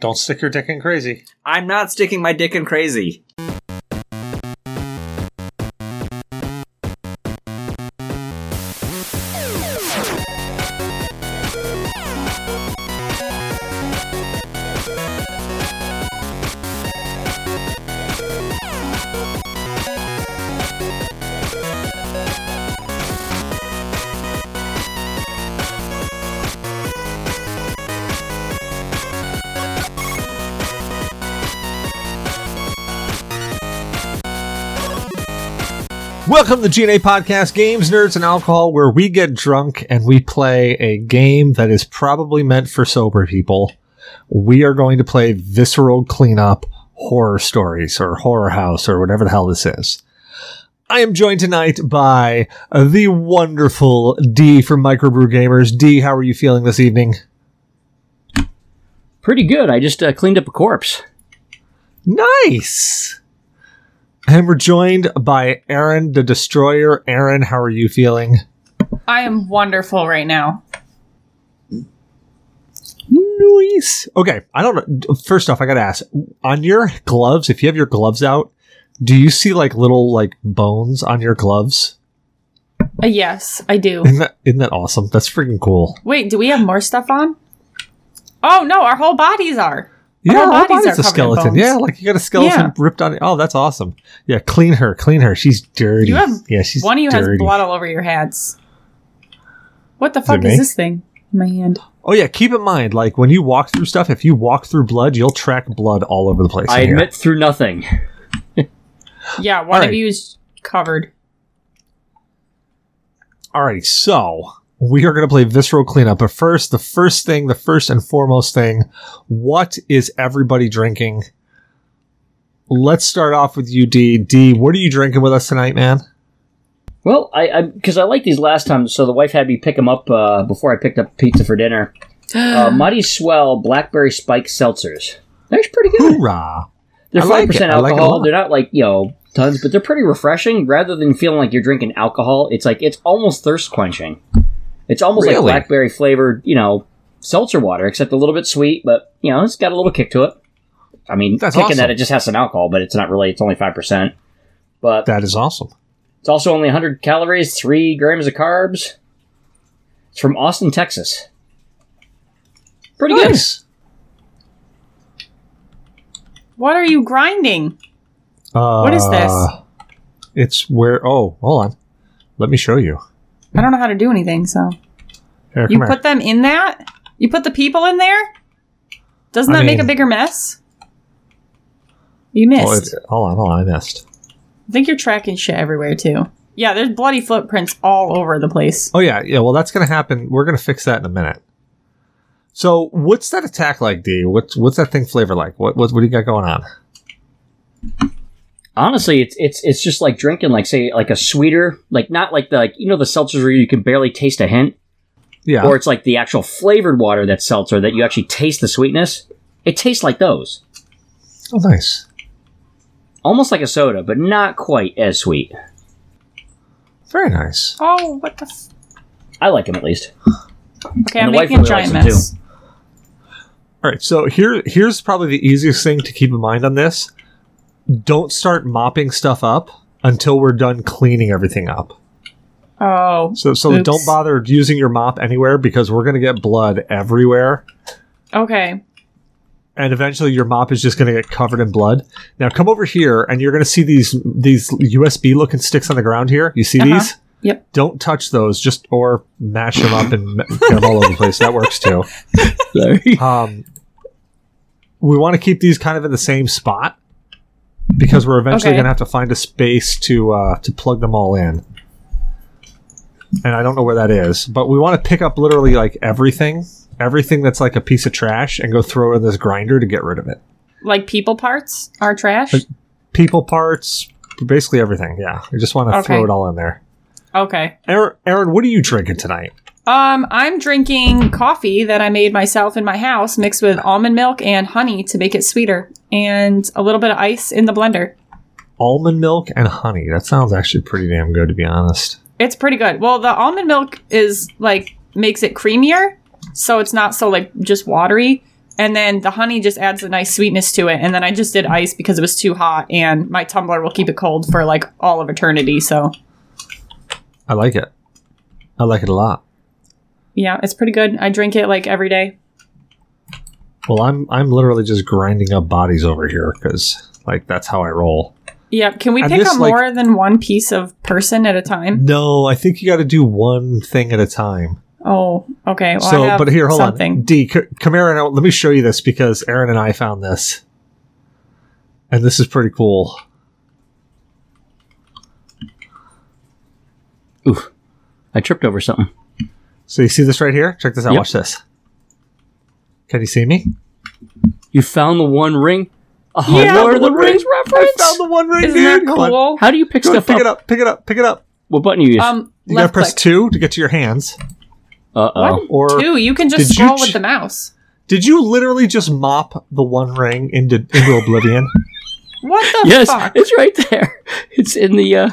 Don't stick your dick in crazy. I'm not sticking my dick in crazy. Welcome to GNA Podcast Games, Nerds, and Alcohol, where we get drunk and we play a game that is probably meant for sober people. We are going to play Visceral Cleanup Horror Stories or Horror House or whatever the hell this is. I am joined tonight by the wonderful D from Microbrew Gamers. D, how are you feeling this evening? Pretty good. I just uh, cleaned up a corpse. Nice! And we're joined by Aaron the Destroyer. Aaron, how are you feeling? I am wonderful right now. Nice. Okay, I don't know. First off, I gotta ask on your gloves. If you have your gloves out, do you see like little like bones on your gloves? Uh, yes, I do. Isn't that isn't that awesome? That's freaking cool. Wait, do we have more stuff on? Oh no, our whole bodies are. Yeah, whole our bodies body's are a covered in skeleton. bones. Yeah, like you got a skeleton Yeah. ripped on. it. Oh, that's awesome. Yeah, clean her, clean her. She's dirty. You have- yeah, she's One of you dirty. has blood all over your hats. What the fuck it is me? this thing in my hand? Oh yeah, keep in mind, like when you walk through stuff, if you walk through blood, you'll track blood all over the place. I in here. admit through nothing. Yeah, one Alright. of you is covered. Alrighty, so we are going to play Visceral Cleanup. But first, the first thing, the first and foremost thing, what is everybody drinking? Let's start off with you, D. D, what are you drinking with us tonight, man? Well, I because I, like these last time, so the wife had me pick them up uh, before I picked up pizza for dinner. Uh, Mighty Swell Blackberry Spike Seltzers. They're pretty good. Hoorah! They're I five like it. percent I like it a alcohol. lot. they're not like you know tons, but they're pretty refreshing. Rather than feeling like you're drinking alcohol, it's like it's almost thirst quenching. It's almost Really? like blackberry flavored, you know, seltzer water, except a little bit sweet, but you know, it's got a little kick to it. I mean, That's kicking awesome. that it just has some alcohol, but it's not really. It's only five percent. But That is awesome. It's also only 100 calories, 3 grams of carbs. It's from Austin, Texas. Pretty good. Nice. What are you grinding? Uh, What is this? It's where. Oh, hold on. Let me show you. I don't know how to do anything, so. Here, You come put them in that? You put the people in there? Doesn't I that make a mean- bigger mess? You here. missed. Oh, it- hold on, hold on. I missed. I think you're tracking shit everywhere too. Yeah, there's bloody footprints all over the place. Oh yeah, yeah. Well, that's going to happen. We're going to fix that in a minute. So, what's that attack like, D? What's what's that thing flavor like? What what, what do you got going on? Honestly, it's it's it's just like drinking like say like a sweeter, like not like the like you know the seltzers where you can barely taste a hint Yeah. or it's like the actual flavored water that's seltzer that you actually taste the sweetness. It tastes like those. oh, nice. Almost like a soda, but not quite as sweet. Very nice. Oh, what the? F- I like them at least. okay, And I'm the wife making a really giant likes them, mess. All right. So here here's probably the easiest thing to keep in mind on this. Don't start mopping stuff up until we're done cleaning everything up. Oh, So so Oops. don't bother using your mop anywhere because we're going to get blood everywhere. okay. and eventually your mop is just going to get covered in blood. Now come over here, and you're going to see these these USB looking sticks on the ground here. You see Uh-huh. these? Yep. Don't touch those. Just or mash them up and ma- get them all over the place. That works too. Sorry. Um, we want to keep these kind of in the same spot because we're eventually Okay. going to have to find a space to uh, to plug them all in. And I don't know where that is, but we want to pick up literally like everything, everything that's like a piece of trash, and go throw it in this grinder to get rid of it. Like people parts are trash. Like- people parts, basically everything. Yeah, I just want to Okay. throw it all in there. Okay. Aaron, Aaron, what are you drinking tonight? Um, I'm drinking coffee that I made myself in my house, mixed with almond milk and honey to make it sweeter, and a little bit of ice in the blender. Almond milk and honey. That sounds actually pretty damn good, to be honest. It's pretty good. Well, the almond milk is like makes it creamier, so it's not so like just watery. and then the honey just adds a nice sweetness to it. And then I just did ice because it was too hot, and my tumbler will keep it cold for like all of eternity. So I like it. I like it a lot. yeah, it's pretty good. I drink it like every day. Well, I'm I'm literally just grinding up bodies over here because like that's how I roll. Yeah, can we And pick this, up like- more than one piece of person at a time? No, I think you got to do one thing at a time. Oh, okay. Well, I so, have but here, hold something. on, D, c- come here and I- let me show you this because Aaron and I found this, and this is pretty cool. Oof. I tripped over something. So you see this right here? Check this out. Yep. Watch this. Can you see me? You found the One Ring? Oh, Yeah, Lord the of the One Rings I reference! found the one ring, Isn't that dude. Hold on. cool? How do you pick Go on, stuff pick up? it up. Pick it up. Pick it up. What button you use? Um, You gotta left press click. two to get to your hands. uh oh. What? Or Two. You can just Did you scroll with ch- the mouse. did you literally just mop the one ring into into oblivion? What the Yes, fuck? it's right there. It's in the. uh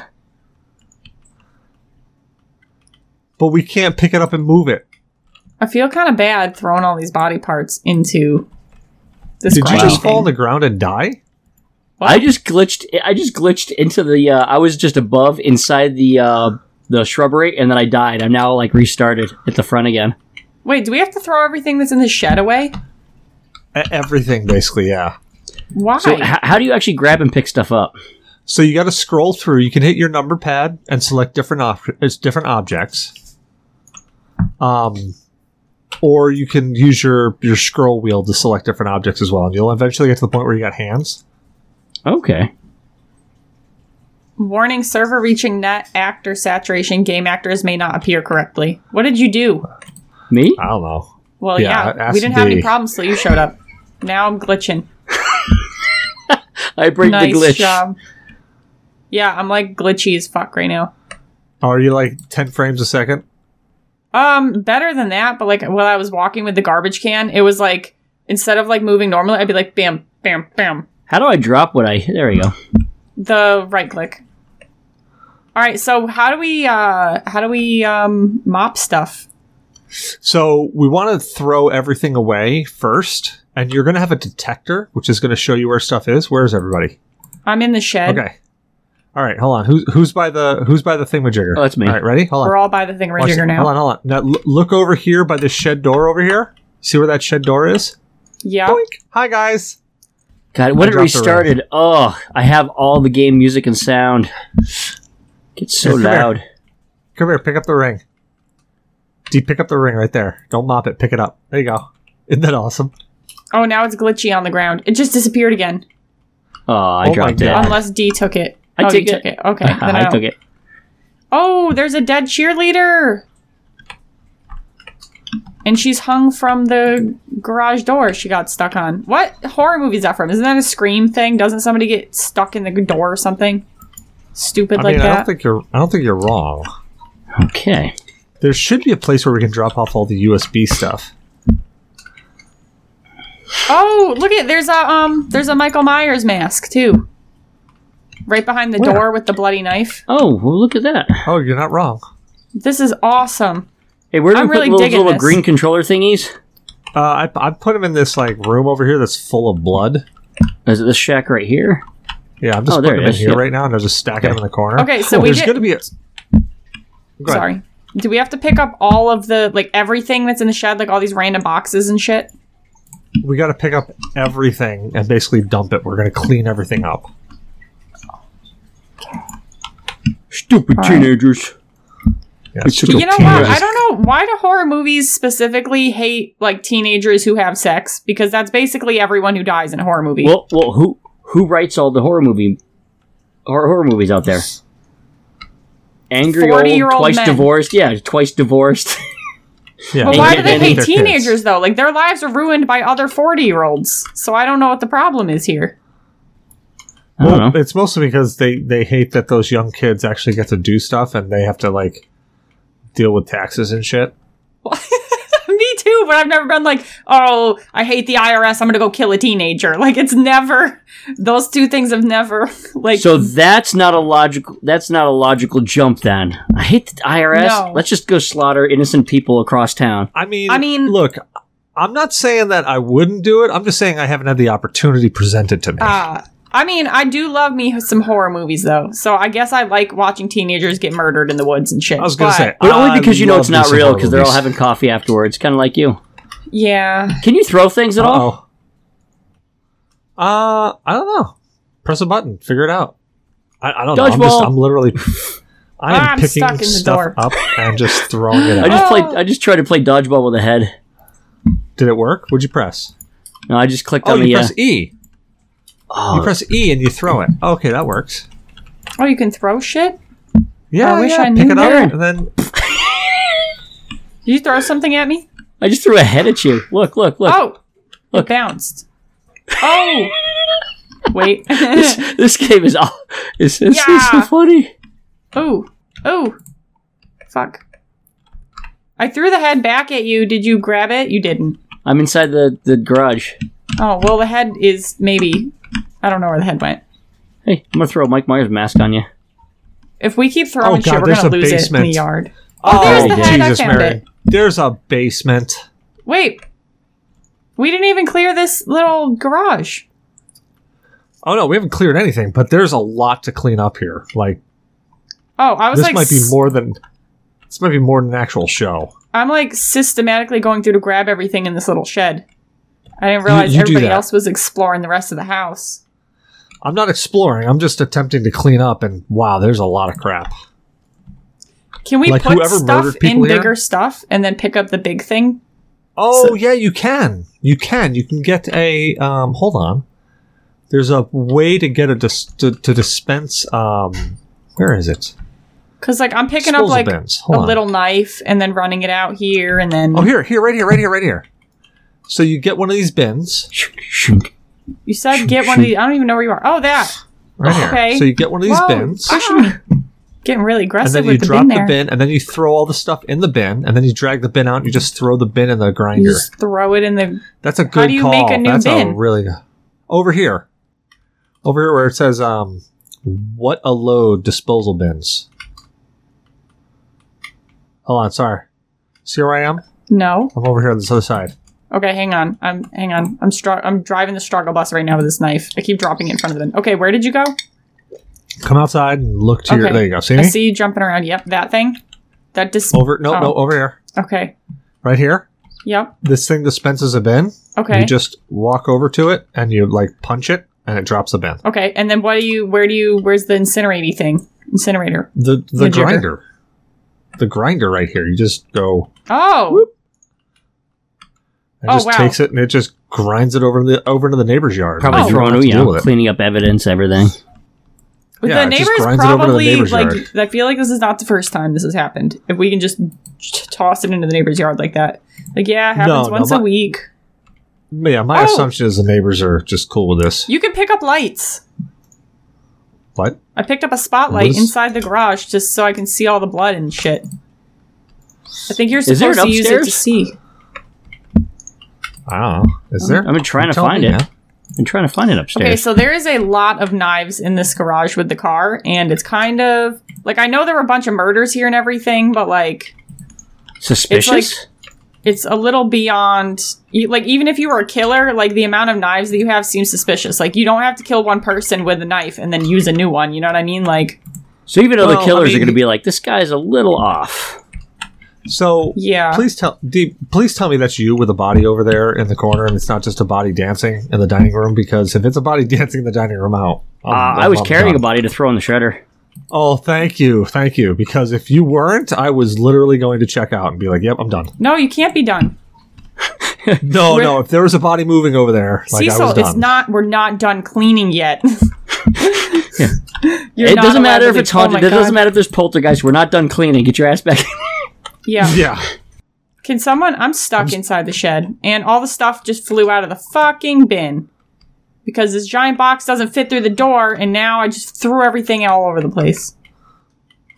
but we can't pick it up and move it. I feel kind of bad throwing all these body parts into this. Did you grimy just fall on thing. the ground and die? What? I just glitched. I just glitched into the. Uh, I was just above inside the uh the shrubbery, and then I died. I'm now like restarted at the front again. Wait, do we have to throw everything that's in the shed away? E- Everything, basically, yeah. Why? So h- how do you actually grab and pick stuff up? So you got to scroll through. You can hit your number pad and select different op- it's different objects. Um, or you can use your your scroll wheel to select different objects as well, and you'll eventually get to the point where you got hands. Okay. Warning: Server reaching net actor saturation. Game actors may not appear correctly. What did you do? Me? I don't know. Well, Yeah, yeah, ask we didn't have D. any problems till you showed up. Now I'm glitching. I break nice the glitch. job. Yeah, I'm like glitchy as fuck right now. Are you like ten frames a second? Um, better than that, but like while I was walking with the garbage can, it was like instead of like moving normally, I'd be like bam, bam, bam. How do I drop what I? There we go. The right click. All right, so how do we uh how do we um mop stuff? So we want to throw everything away first, and you're going to have a detector, which is going to show you where stuff is. Where is everybody? I'm in the shed. Okay. All right, hold on. Who's who's by the who's by the thingamajigger? Oh, that's me. All right, ready? Hold on. We're all by the thing Watch rigger it. Hold now. on, hold on. Now l- look over here by this shed door over here. See where that shed door is? Yeah. Boink. Hi guys. God, when I it dropped the ring. restarted, oh, I have all the game music and sound. It's so Here, come here. loud. Come here, pick up the ring. D pick up the ring right there. Don't mop it, pick it up. There you go. Isn't that awesome? Oh, now it's glitchy on the ground. It just disappeared again. Oh, I Oh my dropped it. God. Unless D took it. I oh, took you it. took it. Okay. then I I don't- took it. Oh, there's a dead cheerleader. And she's hung from the garage door she got stuck on. What horror movie is that from? Isn't that a scream thing? Doesn't somebody get stuck in the door or something? Stupid I like mean, I don't that. think you're I don't think you're wrong. Okay. There should be a place where we can drop off all the USB stuff. oh, look at there's a um there's a Michael Myers mask too. Right behind the Where? door with the bloody knife. Oh, well, look at that. Oh, you're not wrong. This is awesome. Hey, where do I'm we put really those digging little this. green controller thingies? Uh, I, I put him in this like room over here that's full of blood. Is it this shack right here? Yeah, I'm just Oh, there putting him it in is, here yeah. right now, and I'm just stacking him in the corner. Okay, so we there's did- going to be a. Go ahead. Sorry. Do we have to pick up all of the like everything that's in the shed, like all these random boxes and shit? we got to pick up everything and basically dump it. We're going to clean everything up. Stupid teenagers. Yeah, It's it's just- just- you know what? I don't know why do horror movies specifically hate like teenagers who have sex because that's basically everyone who dies in a horror movie. Well, well, who who writes all the horror movie horror, horror movies out there? Angry old, 40-year-old twice men. divorced. Yeah, twice divorced. yeah, but they why hate- do they they hate their kids. teenagers though? Like their lives are ruined by other forty-year-olds. So I don't know what the problem is here. I don't know. It's mostly because they they hate that those young kids actually get to do stuff and they have to like deal with taxes and shit. Me too, but I've never been like, oh, I hate the IRS. I'm gonna go kill a teenager. Like it's never. Those two things have never like. So that's not a logical. That's not a logical jump. Then I hate the IRS. No. Let's just go slaughter innocent people across town. I mean, I mean- look, I'm not saying that I wouldn't do it. I'm just saying I haven't had the opportunity presented to me. Uh, I mean, I do love me some horror movies though, so I guess I like watching teenagers get murdered in the woods and shit. I was gonna but- say, But only I because you know love it's me not some real horror because they're all movies. having coffee afterwards, kind of like you. yeah, Can you throw things at all? Uh-oh. Oh. Uh, I don't know. Press a button. Figure it out. I, I don't know. I'm just. Dodgeball. I'm literally. I am I'm picking stuck in the stuff door. up and just throwing it. I out. just Oh. played. I just tried to play dodgeball with a head. Did it work? Would you press? No, I just clicked Oh, on the. you uh, press E. oh, You press E and you throw it. Okay, that works. oh, you can throw shit. Yeah, I wish yeah. I pick knew it up that. and then Did you throw something at me? I just threw a head at you. Look! Look! Look! Oh, Look. it bounced. Oh, wait. This game is all. Is this is so Yeah. funny? oh, oh, fuck. I threw the head back at you. Did you grab it? You didn't. I'm inside the the garage. Oh well, the head is maybe. I don't know where the head went. Hey, I'm gonna throw Mike Myers mask on you. If we keep throwing Oh, God, shit, we're there's gonna a lose it in basement. the yard. Oh, there's the head. I found it. There's a basement. Wait, we didn't even clear this little garage. Oh no, we haven't cleared anything, but there's a lot to clean up here. Like Oh, I was this like, might be s- more than this might be more than an actual show. I'm like systematically going through to grab everything in this little shed. I didn't realize you do everybody that. else was exploring the rest of the house. I'm not exploring. I'm just attempting to clean up, and wow, there's a lot of crap. Can we Like, put whoever stuff murdered in people here? bigger stuff and then pick up the big thing? Oh So- yeah, you can. You can. You can get a. Um, hold on. There's a way to get a dis- to, to dispense. Um, where is it? Because like I'm picking Disposal up like bins. a Hold on. little knife and then running it out here and then Oh here, here, right here, right here, right here. So you get one of these bins you said get one of these. I don't even know where you are. Oh, that. right here. Okay. So you get one of these Whoa, bins. pushing me. Getting really and aggressive then with you the drop bin the there. bin, and then you throw all the stuff in the bin, and then you drag the bin out. and You just throw the bin in the You grinder. just throw it in the That's a good do you call. make a new That's a bin? really over here, over here where it says um, "What a load disposal bins." Hold on, sorry. See where I am? no. I'm over here on this other side. Okay, hang on. I'm hang on. I'm str- I'm driving the struggle bus right now with this knife. I keep dropping it in front of the bin. Okay, where did you go? Come outside and look to your. Okay. There you go. See I me? see you jumping around. Yep, that thing. That dis. Over? No, Oh. no, over here. Okay. Right here. Yep. This thing dispenses a bin. Okay. You just walk over to it and you like punch it, and it drops a bin. okay. And then what do you? Where do you? Where's the incinerating thing? Incinerator. The the The jigger. grinder. The grinder right here. You just go Oh. It Oh, just wow. takes it and it just grinds it over to the over into the neighbor's yard. Probably Oh, You don't throwing, have to you deal know, with it. cleaning up evidence, everything. But Yeah, the it just neighbors grinds it over to the probably neighbor's like. yard. I feel like this is not the first time this has happened. If we can just t- toss it into the neighbor's yard like that, like yeah, it No, happens no, once my- a week. But yeah, my Oh. assumption is the neighbors are just cool with this. You can pick up lights. What? I picked up a spotlight What is- inside the garage just so I can see all the blood and shit. I think you're Is there supposed an to use it to upstairs? see. I don't know. Is there? I've been trying to Tell find me, it. man. I'm trying to find it Okay, upstairs. so there is a lot of knives in this garage with the car, and it's kind of like I know there were a bunch of murders here and everything, but like Suspicious. it's a little beyond. You, like even if you were a killer, like the amount of knives that you have seems suspicious. Like you don't have to kill one person with a knife and then use a new one. You know what I mean? Like so even though Well, the I killers mean- are going to be like, this guy's a little off. So yeah, please tell D, please tell me that's you with a body over there in the corner and it's not just a body dancing in the dining room because if it's a body dancing in the dining room out. Uh, I was carrying a body to throw in the shredder. Oh, thank you. Thank you. Because if you weren't, I was literally going to check out and be like, "Yep, I'm done." no, you can't be done. No, We're- no. If there was a body moving over there, like I Cecil, was done. it's not. We're not done cleaning yet. You're it not doesn't matter if allowed to it's leave- oh haunted. my it doesn't God. matter if there's poltergeist. We're not done cleaning. Get your ass back. Yeah. yeah. Can someone? I'm stuck inside the shed, and all the stuff just flew out of the fucking bin because this giant box doesn't fit through the door, and now I just threw everything all over the place.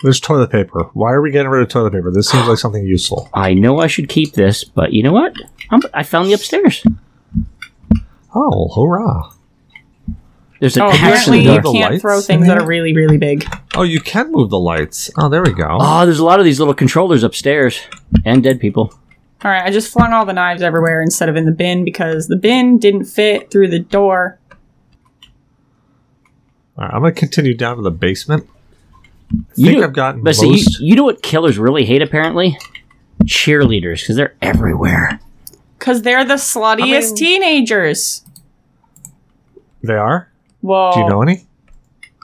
There's toilet paper. Why are we getting rid of toilet paper? This seems like something useful. I know I should keep this, but you know what? I'm, I found the upstairs. Oh, hurrah. There's an Oh, actually apparently there you are the can't lights throw in things that there? are really, really big. Oh, you can Uh, move the lights. Oh, there we go. Ah, Oh, there's a lot of these little controllers upstairs and dead people. All right, I just flung all the knives everywhere instead of in the bin because the bin didn't fit through the door. All right, I'm going to continue down to the basement. I You think do- I've gotten But most. see, you, you know what killers really hate, apparently? Cheerleaders, because they're everywhere. Because they're the sluttiest mean- teenagers. they are. Well, Oh. Do you know any?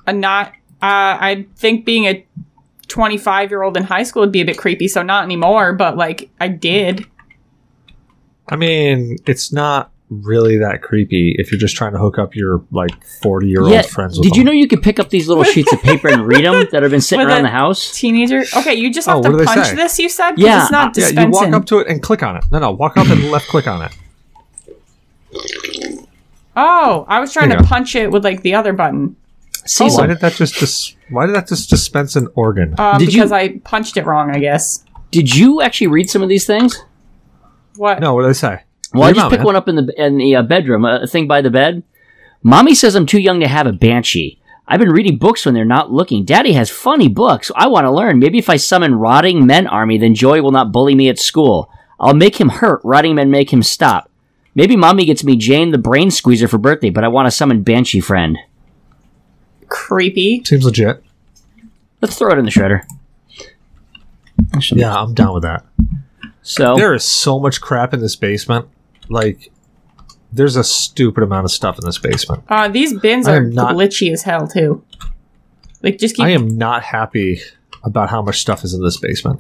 a not. Uh, I think being a 25 year old in high school would be a bit creepy, so not anymore, but like I did. I mean, it's not really that creepy if you're just trying to hook up your like 40 year old Yeah, friends. With Did you them. know you could pick up these little sheets of paper and read them that have been sitting With around the a- house? Teenager. Okay, you just Oh, have what do to they punch say? this, you said? 'Cause Yeah, It's not Yeah, you dispensing. walk up to it and click on it. No, no, walk up and left click on it. oh, I was trying There to you go. punch it with like the other button. Oh, why Cecil, did that just dis- why did that just dispense an organ? Um, Did you- because I punched it wrong, I guess. did you actually read some of these things? What? no, what did I say? Well, I Read just 'em out, picked man. one up in the in the uh, bedroom, a thing by the bed. Mommy says I'm too young to have a banshee. I've been reading books when they're not looking. Daddy has funny books. I want to learn. Maybe if I summon rotting men army, then Joey will not bully me at school. I'll make him hurt. Rotting men make him stop. Maybe mommy gets me Jane the brain squeezer for birthday, but I want to summon banshee friend. Creepy. Seems legit. Let's throw it in the shredder. Yeah, I'm down with that. Oh. So There is so much crap in this basement. Like, there's a stupid amount of stuff in this basement. Uh, these bins I are am not- glitchy as hell too. Like just keep. I am not happy about how much stuff is in this basement.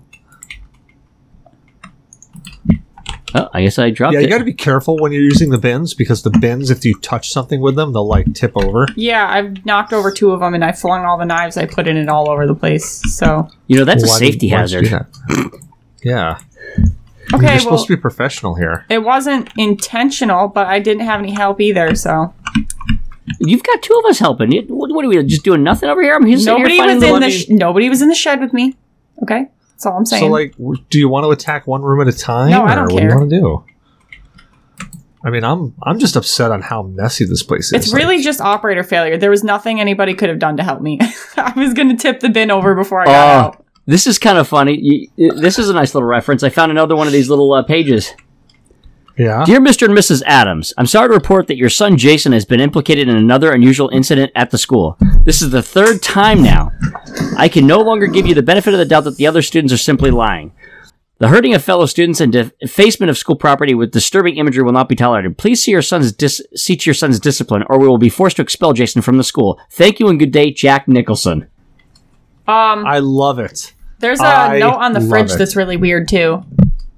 oh, I guess I dropped Yeah, it. you got to be careful when you're using the bins because the bins, if you touch something with them, they'll like tip over. yeah, I've knocked over two of them and I flung all the knives I put in it all over the place. So You know that's a Why did- safety why'd you hazard. do that? Yeah, okay, you're well, supposed to be professional here. it wasn't intentional, but I didn't have any help either. So You've got two of us helping. You- What, what are we just doing? Nothing over here. I'm just sitting here nobody finding was the in money. the sh- nobody was in the shed with me. Okay, that's all I'm saying. So, like, w- do you want to attack one room at a time? No, I or don't What do you care. want to do? I mean, I'm I'm just upset on how messy this place is. it's Like, really just operator failure. There was nothing anybody could have done to help me. I was gonna tip the bin over before I got Oh. out. This is kind of funny. You- you- This is a nice little reference. I found another one of these little uh, pages. yeah. Dear Mr. and Mrs. Adams, I'm sorry to report that your son Jason has been implicated in another unusual incident at the school. This is the third time now. I can no longer give you the benefit of the doubt that the other students are simply lying. The hurting of fellow students and defacement of school property with disturbing imagery will not be tolerated. Please see your son's dis- see to your son's discipline, or we will be forced to expel Jason from the school. Thank you and good day, Jack Nicholson. Um, I love it. There's a I note on the love fridge it. that's really weird too.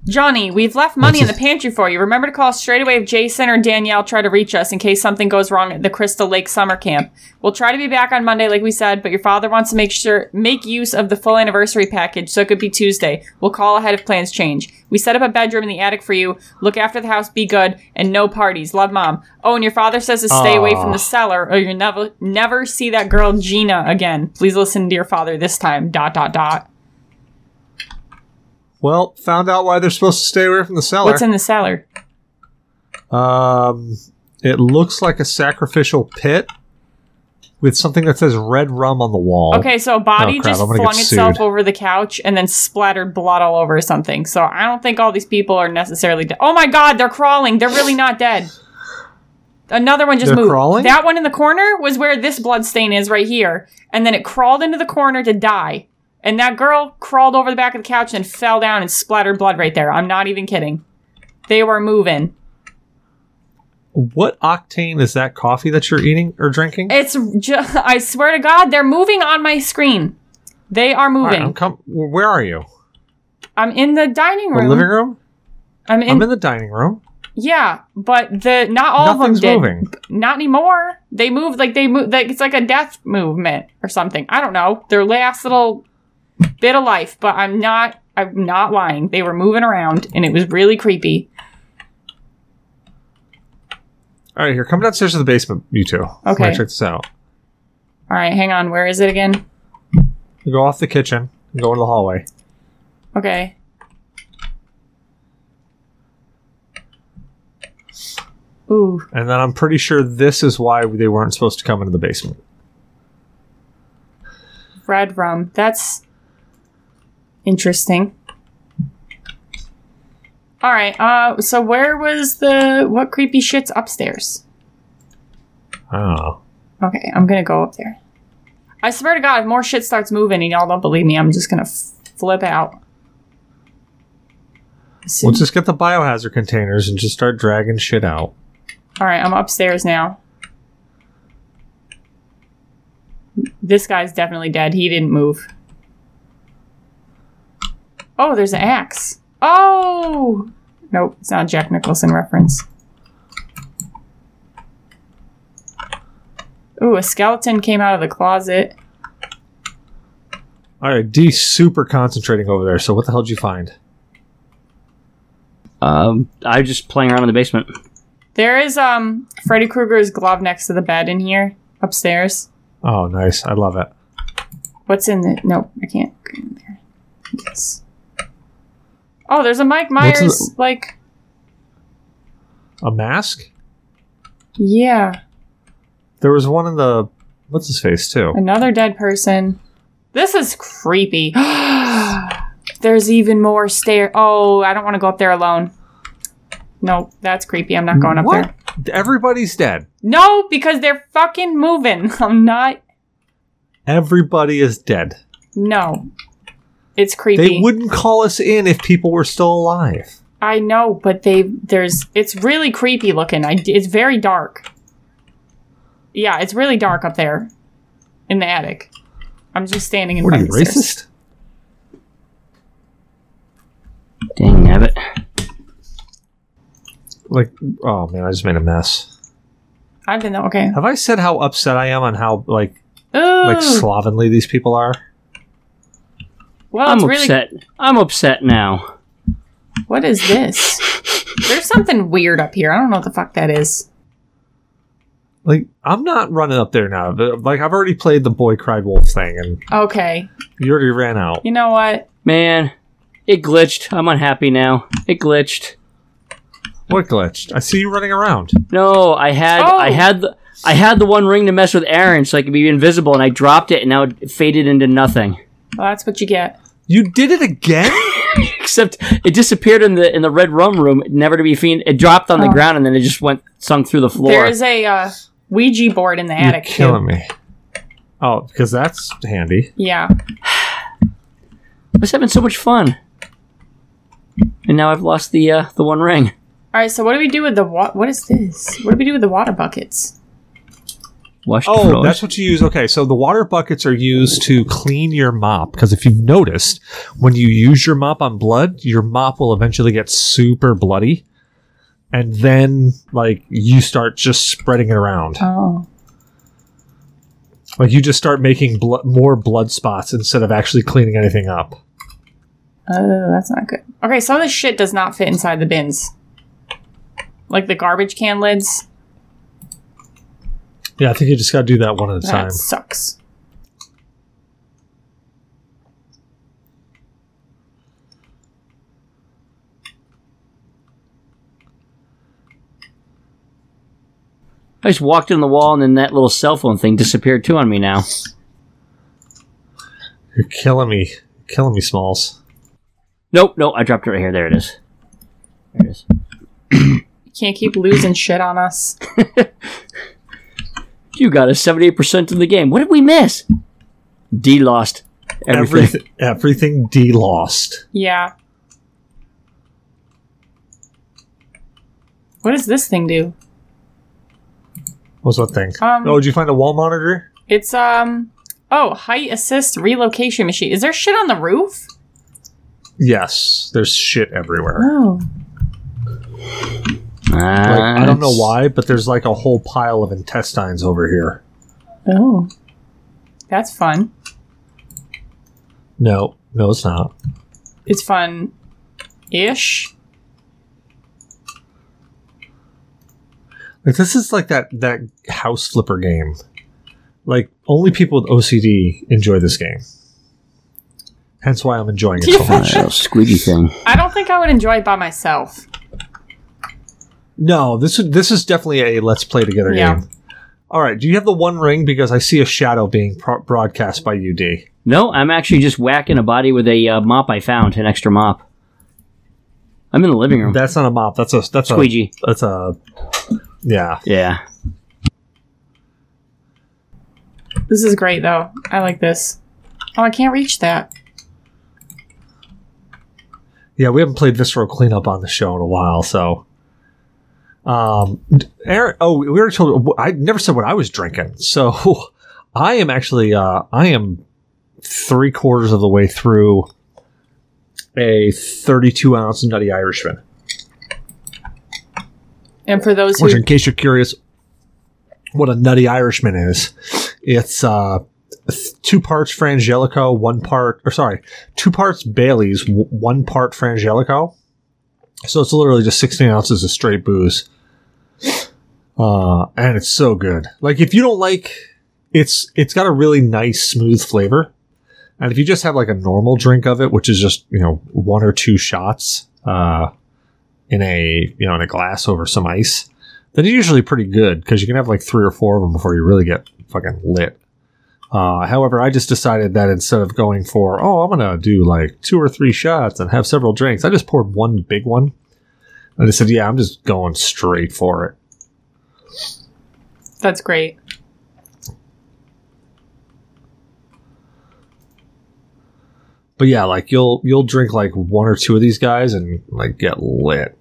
Johnny, we've left money in What's the pantry for you. Remember to call straight away if Jason or Danielle try to reach us in case something goes wrong at the Crystal Lake summer camp. We'll try to be back on Monday, like we said, but your father wants to make sure make use of the full anniversary package, so it could be Tuesday. We'll call ahead if plans change. We set up a bedroom in the attic for you. Look after the house, be good, and no parties. Love, mom. Oh, and your father says to stay away from the cellar, or you'll never never see that girl Gina again. Please listen to your father this time. Dot dot dot. Well, found out why they're supposed to stay away from the cellar. What's in the cellar? Um, it looks like a sacrificial pit with something that says red rum on the wall. Okay, so a body Oh, crap, just I'm gonna flung get itself sued. over the couch and then splattered blood all over something. So I don't think all these people are necessarily dead. Oh my god, they're crawling. They're really not dead. Another one just They're moved. crawling? That one in the corner was where this blood stain is right here. And then it crawled into the corner to die. And that girl crawled over the back of the couch and fell down and splattered blood right there. I'm not even kidding. They were moving. What octane is that coffee that you're eating or drinking? It's just, I swear to God, they're moving on my screen. They are All right, moving. I'm com- where are you? I'm in the dining The room. living room? I'm in, I'm in the dining room. yeah, but the not all Nothing's of them did. moving. Not anymore. They moved like they move like it's like a death movement or something. I don't know. Their last little bit of life, but I'm not I'm not lying. They were moving around and it was really creepy. All right, here, come downstairs to the basement, you two. I'm gonna Okay. check this out. All right, hang on. Where is it again? You go off the kitchen, and go into the hallway. Okay. Ooh. And then I'm pretty sure this is why they weren't supposed to come into the basement. red rum. That's interesting. All right. Uh, so where was the what creepy shit's upstairs? Oh. Okay, I'm gonna go up there. I swear to God, if more shit starts moving and y'all don't believe me, I'm just gonna f- flip out. Let's see. We'll just get the biohazard containers and just start dragging shit out. All right, I'm upstairs now. This guy's definitely dead. He didn't move. Oh, there's an axe. Oh! Nope, it's not a Jack Nicholson reference. Ooh, a skeleton came out of the closet. All right, D super concentrating over there. So what the hell did you find? Um, I was just playing around in the basement. There is um Freddy Krueger's glove next to the bed in here upstairs. Oh, nice. I love it. What's in the? Nope, I can't. go in there. Yes. Oh, there's a Mike What's Myers in the- like A mask? yeah There was one in the what's his face too. another dead person. This is creepy. there's even more stair. Oh, I don't want to go up there alone. Nope, that's creepy. I'm not going up there. What? Everybody's dead. No, because they're fucking moving. I'm not. Everybody is dead. No, it's creepy. They wouldn't call us in if people were still alive. I know, but they there's it's really creepy looking. I it's very dark. Yeah, it's really dark up there in the attic. I'm just standing in What are front you of the stairs. racist? Dang nabbit. Like, oh man, I just made a mess. I've been there. Okay. Have I said how upset I am on how like Ooh. like slovenly these people are? well, I'm it's really upset. I'm upset now. What is this? There's something weird up here. I don't know what the fuck that is. Like, I'm not running up there now. but, Like, I've already played the boy cried wolf thing, and Okay. you already ran out. You know what? Man, it glitched. I'm unhappy now. It glitched. What glitched? I see you running around. No, I had Oh. I had the I had the one ring to mess with Aaron so I could be invisible and I dropped it and now it faded into nothing. Well, that's what you get. You did it again? Except it disappeared in the in the red rum room, never to be seen. It dropped on the Oh. ground and then it just went sunk through the floor. There is a uh, Ouija board in the You're attic. too. killing me. Oh, because that's handy. Yeah. I was having so much fun. And now I've lost the uh, the one ring. All right. So what do we do with the wa- what is this? What do we do with the water buckets? Washed the Oh, floors. that's what you use. Okay, so the water buckets are used to clean your mop because if you've noticed, when you use your mop on blood, your mop will eventually get super bloody, and then like you start just spreading it around. Oh. Like you just start making blo- more blood spots instead of actually cleaning anything up. Oh, that's not good. Okay, some of this shit does not fit inside the bins. Like the garbage can lids. Yeah, I think you just got to do that one at a That time. sucks. I just walked in the wall and then that little cell phone thing disappeared too on me now. You're killing me, killing me, Smalls. Nope, nope, I dropped it right here. There it is. There it is. You can't keep losing shit on us. You got a 78% in the game. What did we miss? D lost everything. Everything, everything D lost. Yeah. What does this thing do? What's that thing? Um, oh, did you find a wall monitor? It's um oh, height assist relocation machine. Is there shit on the roof? Yes, there's shit everywhere. Oh. Like, I don't know why, but there's like a whole pile of intestines over here. Oh. That's fun. No, no, it's not. It's fun ish. Like this is like that that house flipper game. Like only people with OCD enjoy this game. Hence why I'm enjoying it so Yeah. much. Little squeaky thing. I don't think I would enjoy it by myself. No, this is this is definitely a let's play together Yeah. game. All right, do you have the one ring? Because I see a shadow being pro- broadcast by UD. No, I'm actually just whacking a body with a uh, mop I found, an extra mop. I'm in the living room. That's not a mop. That's a that's Squeegee. a that's a yeah. Yeah. This is great though. I like this. Oh, I can't reach that. Yeah, we haven't played Visceral Cleanup on the show in a while, so. Um, d- Aaron, oh, we were told. I never said what I was drinking, so I am actually uh, I am three quarters of the way through a thirty-two ounce Nutty Irishman. And for those who Which, in case you're curious, what a Nutty Irishman is, it's uh, th- two parts Frangelico, one part, or sorry, two parts Bailey's, w- one part Frangelico. So it's literally just 16 ounces of straight booze. Uh, and it's so good. Like if you don't like, it's it's got a really nice smooth flavor, and if you just have like a normal drink of it, which is just you know one or two shots, uh, in a you know in a glass over some ice, then it's usually pretty good because you can have like three or four of them before you really get fucking lit. Uh, however, I just decided that instead of going for oh I'm gonna do like two or three shots and have several drinks, I just poured one big one. I just said yeah I'm just going straight for it. that's great. But yeah, like you'll you'll drink like one or two of these guys and like get lit.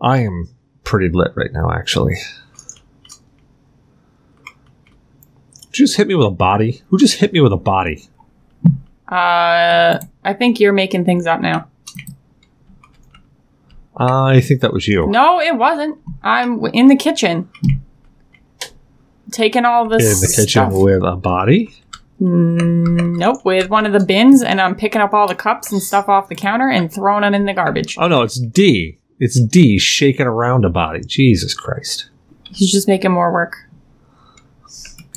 I am pretty lit right now, actually. Did you just hit me with a body? Who just hit me with a body? Uh, I think you're making things up now. I think that was you. No, it wasn't. I'm w- in the kitchen, taking all this in the kitchen stuff. with a body. Mm, nope, with one of the bins, and I'm picking up all the cups and stuff off the counter and throwing them in the garbage. Oh no, it's D. It's D shaking around a body. Jesus Christ. He's just making more work.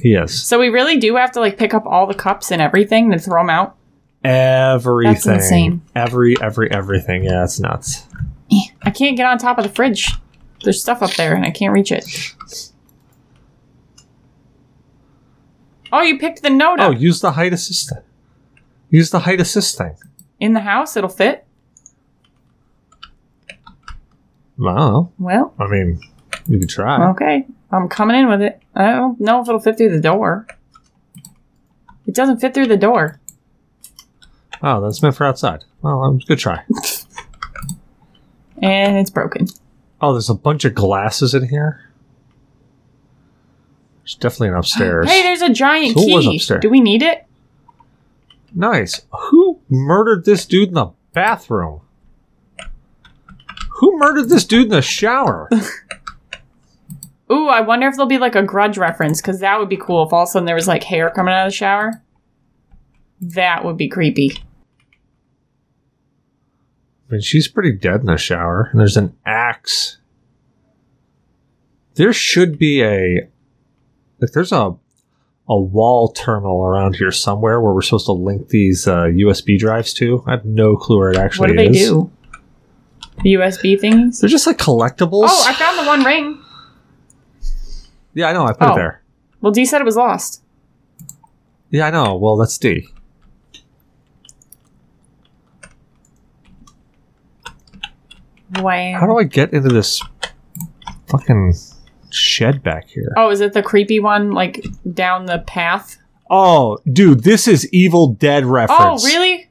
Yes. So we really do have to like pick up all the cups and everything and throw them out. Everything. insane. Every every everything. Yeah, it's nuts. I can't get on top of the fridge. There's stuff up there and I can't reach it. Oh, you picked the note Oh, up use the height assist thing. Use the height assist thing. in the house. It'll fit. Wow. Well, I mean, you could try. okay. I'm coming in with it. I don't know if it'll fit through the door. It doesn't fit through the door. Oh, that's meant for outside. Well, um, good try. And it's broken. Oh, there's a bunch of glasses in here. There's definitely an upstairs. Hey, there's a giant So it was key. upstairs. Do we need it? Nice. Who murdered this dude in the bathroom? Who murdered this dude in the shower? Ooh, I wonder if there'll be like a grudge reference because that would be cool if all of a sudden there was like hair coming out of the shower. That would be creepy. I mean, she's pretty dead in the shower. And there's an axe. There should be a like. There's a a wall terminal around here somewhere where we're supposed to link these uh, USB drives to. I have no clue where it What actually do they is. do? The USB thingies? They're just like collectibles. Oh, I found the one ring. yeah, I know. I put Oh. it there. Well, D said it was lost. Yeah, I know. Well, that's D. How Wow. do I get into this fucking shed back here? Oh, is it the creepy one like down the path? Oh, dude, this is Evil Dead Oh, reference. really?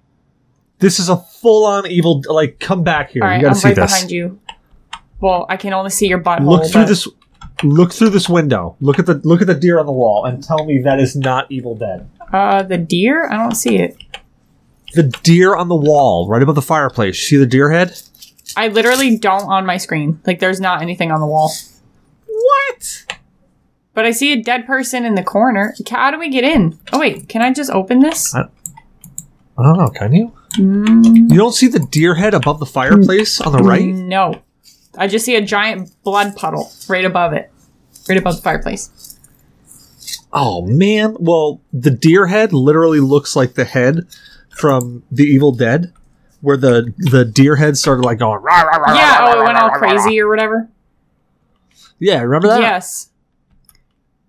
This is a full-on Evil. Like, come back here. All right, you gotta I'm see right this. behind you. Well, I can only see your butthole. look through but- this. Look through this window. Look at the look at the deer on the wall, and tell me that is not Evil Dead. Uh, the deer? I don't see it. The deer on the wall, right above the fireplace. See the deer head? I literally don't on my screen. Like, there's not anything on the wall. What? But I see a dead person in the corner. Ca- How do we get in? Oh wait, can I just open this? I- I don't know. Can you? Mm. You don't see the deer head above the fireplace on the right? No. I just see a giant blood puddle right above it. Right above the fireplace. Oh man! Well, the deer head literally looks like the head from The Evil Dead, where the the deer head started like going. Rah, rah, rah, Yeah, rah, oh it rah, went rah, all rah, rah." crazy or whatever. Yeah, remember that? Yes.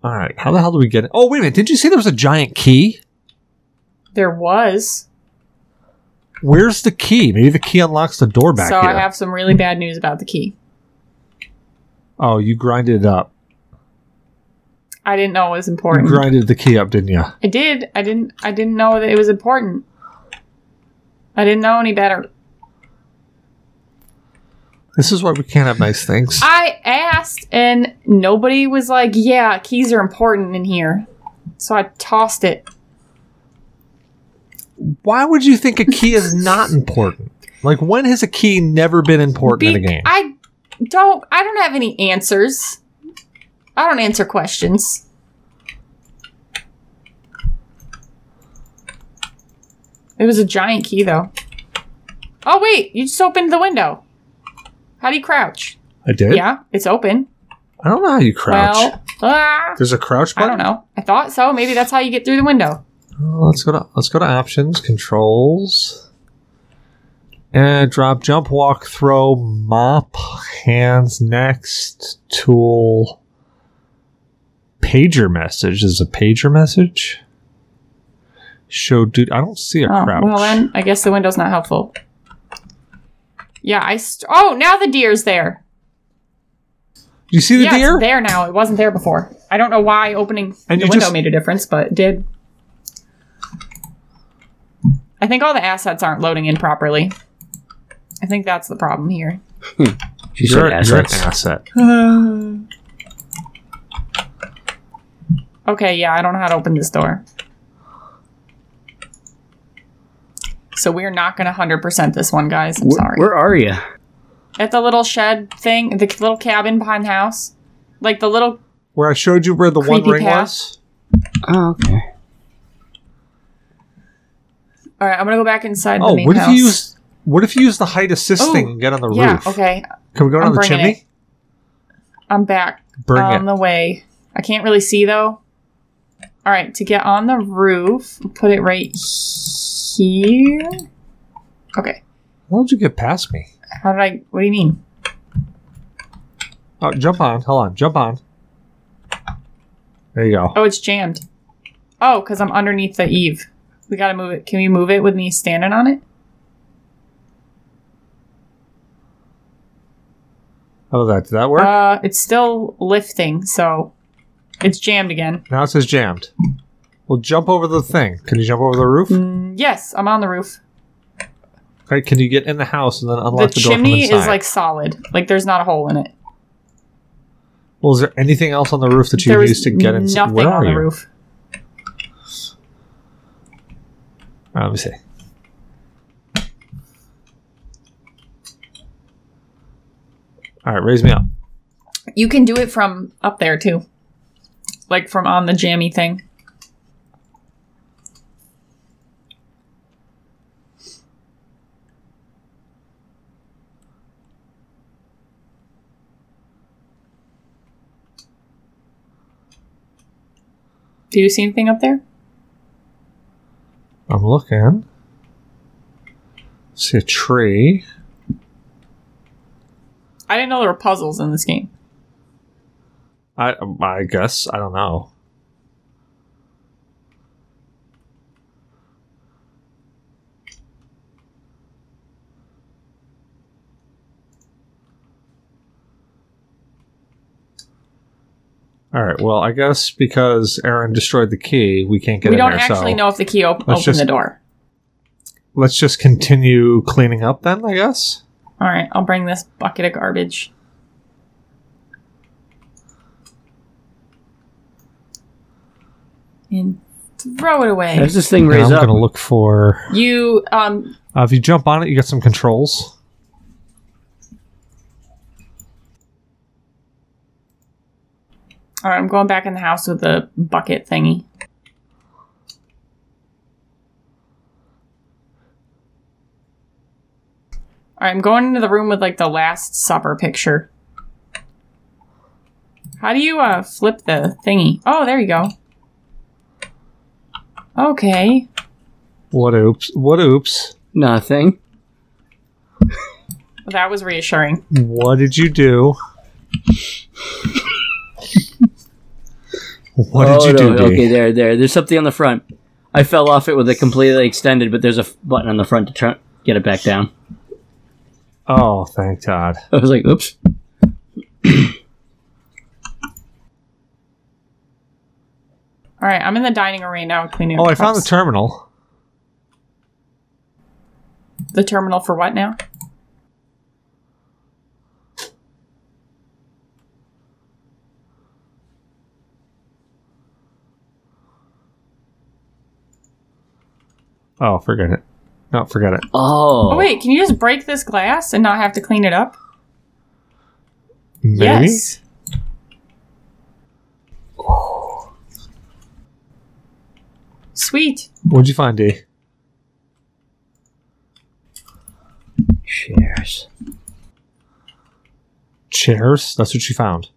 All right. How the hell do we get it? Oh wait a minute! Didn't you say there was a giant key? There was. Where's the key? Maybe the key unlocks the door back so here. I have some really bad news about the key. oh, you grinded it up. I didn't know it was You important. grinded the key up, didn't you? I did. I didn't. I didn't know that it was important. I didn't know any better. This is why we can't have nice things. I asked, and nobody was like, "Yeah, keys are important in here." So I tossed it. why would you think a key is not important? Like, when has a key never been important Be- in a game? I don't. I don't have any answers. I don't answer questions. It was a giant key, though. Oh wait, you just opened the window. How do you crouch? I did. Yeah, it's open. I don't know how you crouch. Well, ah, There's a crouch I button. don't know. I thought so. Maybe that's how you get through the window. Well, let's go to let's go to options, controls, and drop, jump, walk, throw, mop, hands, next, tool, pager message is a pager message. Show dude, I don't see a Oh, crouch. well then, I guess the window's not helpful. Yeah, I. St- oh, now the deer's there. you see the yeah, deer? it's there now. It wasn't there before. I don't know why opening And the you window just- made a difference, but it did. I think all the assets aren't loading in properly. I think that's the problem here. She You're, said a- you're an assets. asset. Okay, yeah, I don't know how to open this door. So we're not going to 100% this one, guys. I'm Where- sorry. Where are you? At the little shed thing, the little cabin behind the house. Like the little. Where I showed you where the one Creepy ring path. was. Oh, okay. All right, I'm going to go back inside Oh, the main what house. if you use what if you use the height assist Oh, thing and get on the yeah, roof? okay. Can we go down I'm the bringing chimney? it. Um, I'm back Bring on it. the way. I can't really see though. All right, to get on the roof, put it right here. Okay. How did you get past me? How did I? What do you mean? Oh, jump on. Hold on. Jump on. There you go. Oh, it's jammed. Oh, because I'm underneath the eave. We gotta move it. Can we move it with me standing on it? How about that? Did that work? Uh, it's still lifting, so it's jammed again. now it says jammed. Well, jump over the thing. Can you jump over the roof? Mm, yes, I'm on the roof. Right? Can you get in the house and then The, unlock the, door from chimney inside? is like solid. Like there's not a hole in it. well, is there anything else on the roof that you There is used to get inside? nothing Where on are the you? roof. Uh, let me see. All right, raise me up. You can do it from up there too. Like from on the jammy thing. Do you see anything up there? I'm looking. See a tree. I didn't know there were puzzles in this game. I I guess I don't know. All right. Well, I guess because Aaron destroyed the key, we can't get we in don't there. actually so know if the key op- let's opened just- the door. let's just continue cleaning up then. I guess. All right, I'll bring this bucket of garbage. And throw it away. There's this thing And raised I'm up. gonna look for. You um Uh, if you jump on it, you get some controls. all right, I'm going back in the house with the bucket thingy. All right, I'm going into the room with like the last supper picture. How do you uh flip the thingy? Oh, there you go. Okay. What oops? What oops? Nothing. That was reassuring. What did you do? what did Oh, you do, no, Dee? Okay, there, there. There's something on the front. I fell off it with it completely extended, but there's a f- button on the front to turn get it back down. Oh, thank God. I was like, oops. All right, I'm in the dining room right now cleaning. Oh, up I found the cups. terminal. the terminal for what now? Oh, forget it. No, forget it. Oh, Oh wait, can you just break this glass and not have to clean it up? Maybe? Yes. Sweet. What'd you find, D? Cheers. Chairs? That's what you found.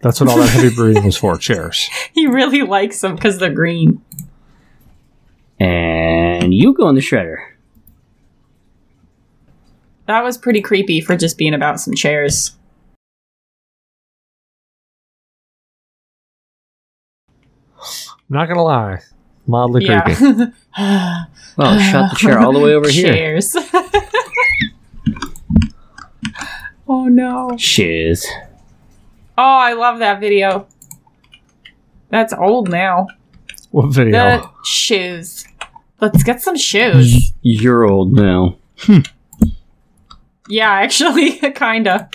That's what all that heavy breathing was for. Chairs. He really likes them because they're green. And you go in the shredder. That was pretty creepy for just being about some chairs. I'm not gonna lie. Mildly creepy. Yeah. Well, shut the chair all the way over here. chairs. oh no. Shiz. Oh, I love that video. That's old now. What video? The shoes. Let's get some Mm. shoes. You're old now. Yeah, actually, kinda.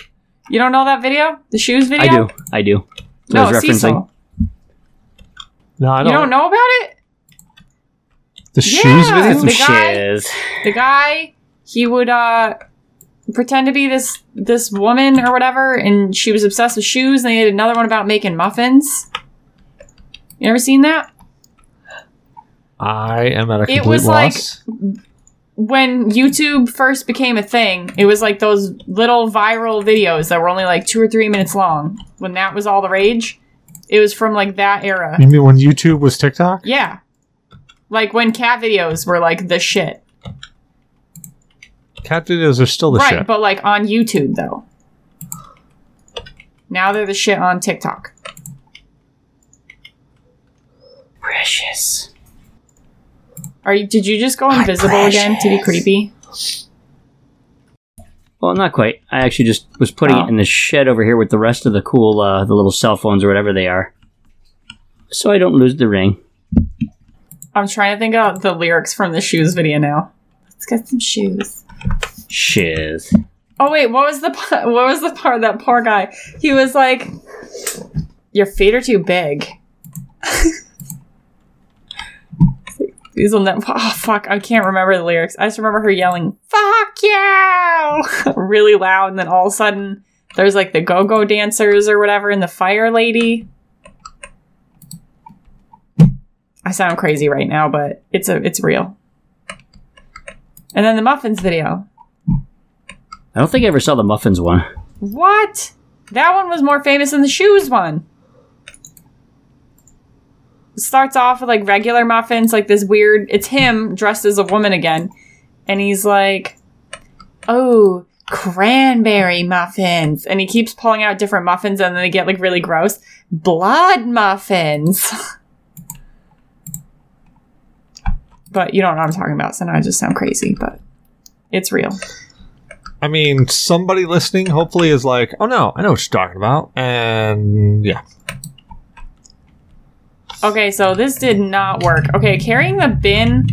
You don't know that video? The shoes video? I do. I do. I No, was referencing. Cecil. no, I You don't. don't know about it? The Yeah. shoes video. The guy- Shiz. The guy, he would uh pretend to be this this woman or whatever, and she was obsessed with shoes, and they did another one about making muffins. You ever seen that? I am at a complete It was like- loss. when YouTube first became a thing, it was like those little viral videos that were only like two or three minutes long. When that was all the rage, it was from like that era. you mean when YouTube was TikTok? Yeah. Like when cat videos were like the shit. Cat videos are still the right, shit. but like on YouTube though. Now they're the shit on TikTok. Precious. Are you did you just go invisible again to be precious. creepy? Well, not quite. I actually just was putting Oh. it in the shed over here with the rest of the cool, uh, the little cell phones or whatever they are, so I don't lose the ring. I'm trying to think of the lyrics from the shoes video now. Let's get some shoes. Shiz. Oh wait, what was the pa- what was the part of that poor guy? He was like, "Your feet are too big." These will never. Oh fuck! I can't remember the lyrics. I just remember her yelling "fuck you" really loud, and then all of a sudden, there's like the go-go dancers or whatever, and the fire lady. I sound crazy right now, but it's a it's real. And then the muffins video. I don't think I ever saw the muffins one. What? That one was more famous than the shoes one. It starts off with like regular muffins, like this weird. It's him dressed as a woman again, and he's like, "Oh, cranberry muffins," and he keeps pulling out different muffins, and then they get like really gross. Blood muffins. but you don't know what I'm talking about, so now I just sound crazy, but it's real. I mean, somebody listening hopefully is like, oh no, I know what you're talking about. And yeah. Okay, so this did not work. Okay, carrying the bin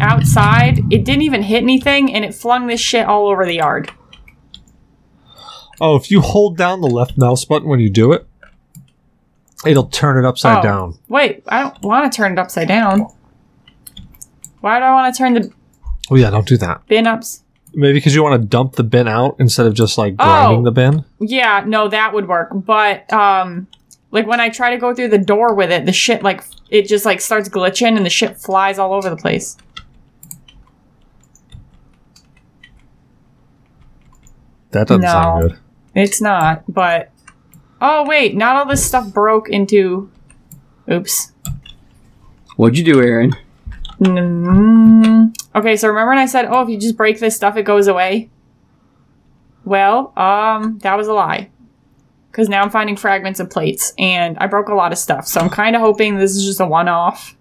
outside, it didn't even hit anything and it flung this shit all over the yard. Oh, if you hold down the left mouse button when you do it, it'll turn it upside Oh, down. Wait, I don't want to turn it upside down. Why do I want to turn the Oh yeah, don't do that. bin ups? Maybe because you want to dump the bin out instead of just like grinding Oh. the bin. Yeah, no, that would work. But um like when I try to go through the door with it, the shit like it just like starts glitching and the shit flies all over the place. That doesn't No. sound good. It's not, but Oh wait, not all this stuff broke into Oops. What'd you do, Aaron? Mm. Okay, so remember when I said, "Oh, if you just break this stuff, it goes away." Well, um, that was a lie. Because now I'm finding fragments of plates, and I broke a lot of stuff. So I'm kind of hoping this is just a one-off.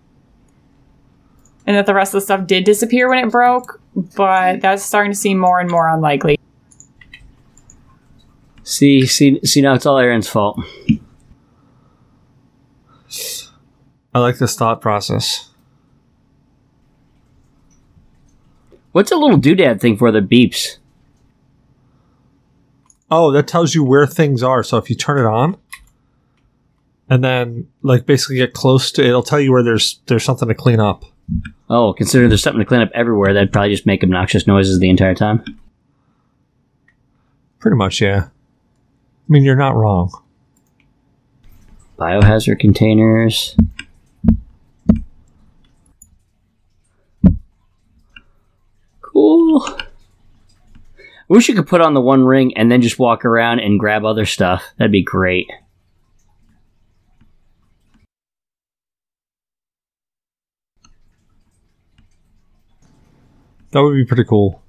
and that the rest of the stuff did disappear when it broke, but that's starting to seem more and more unlikely. See, see, see. Now it's all Aaron's fault. I like this thought process. What's a little doodad thing for that beeps? Oh, that tells you where things are. So if you turn it on, and then like basically get close to, it'll tell you where there's there's something to clean up. Oh, considering there's something to clean up everywhere, that'd probably just make obnoxious noises the entire time. Pretty much, yeah. I mean, you're not wrong. Biohazard containers. Cool. I wish you could put on the one ring and then just walk around and grab other stuff. That'd be great. That would be pretty cool.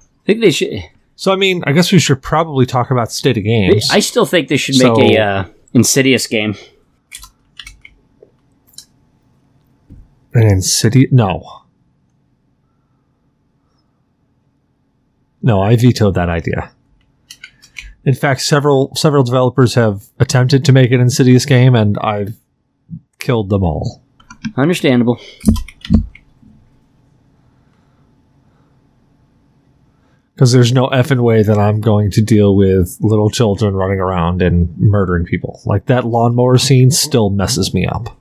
I think they should. So I mean, I guess we should probably talk about state of games. I still think they should make So- a uh, Insidious game. and city, no, no, I vetoed that idea. In fact, several several developers have attempted to make an Insidious game, and I've killed them all. Understandable. Because there's no effing way that I'm going to deal with little children running around and murdering people. Like that lawnmower scene still messes me up.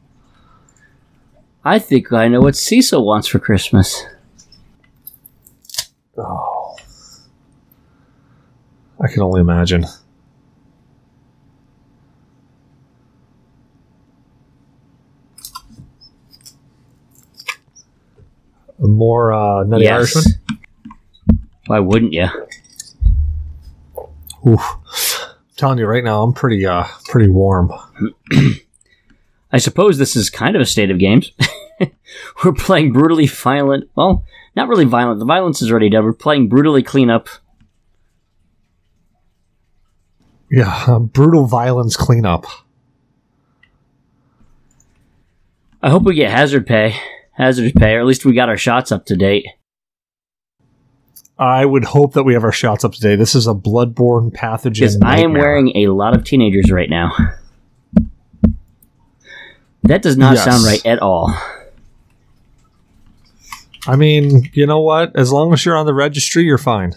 I think I know what Cecil wants for Christmas. Oh. I can only imagine. More uh, Nutty Yes. Irishman? Why wouldn't you? Oof. telling you right now, I'm pretty uh, pretty warm. I suppose this is kind of a state of games. We're playing brutally violent. Well, not really violent. The violence is already done. We're playing brutally clean up. Yeah, uh, brutal violence cleanup. I hope we get hazard pay. Hazard pay, or at least we got our shots up to date. I would hope that we have our shots up today. This is a bloodborne pathogen. Because I am nightmare. wearing a lot of teenagers right now. That does not Yes. sound right at all. I mean, you know what? As long as you're on the registry, you're fine.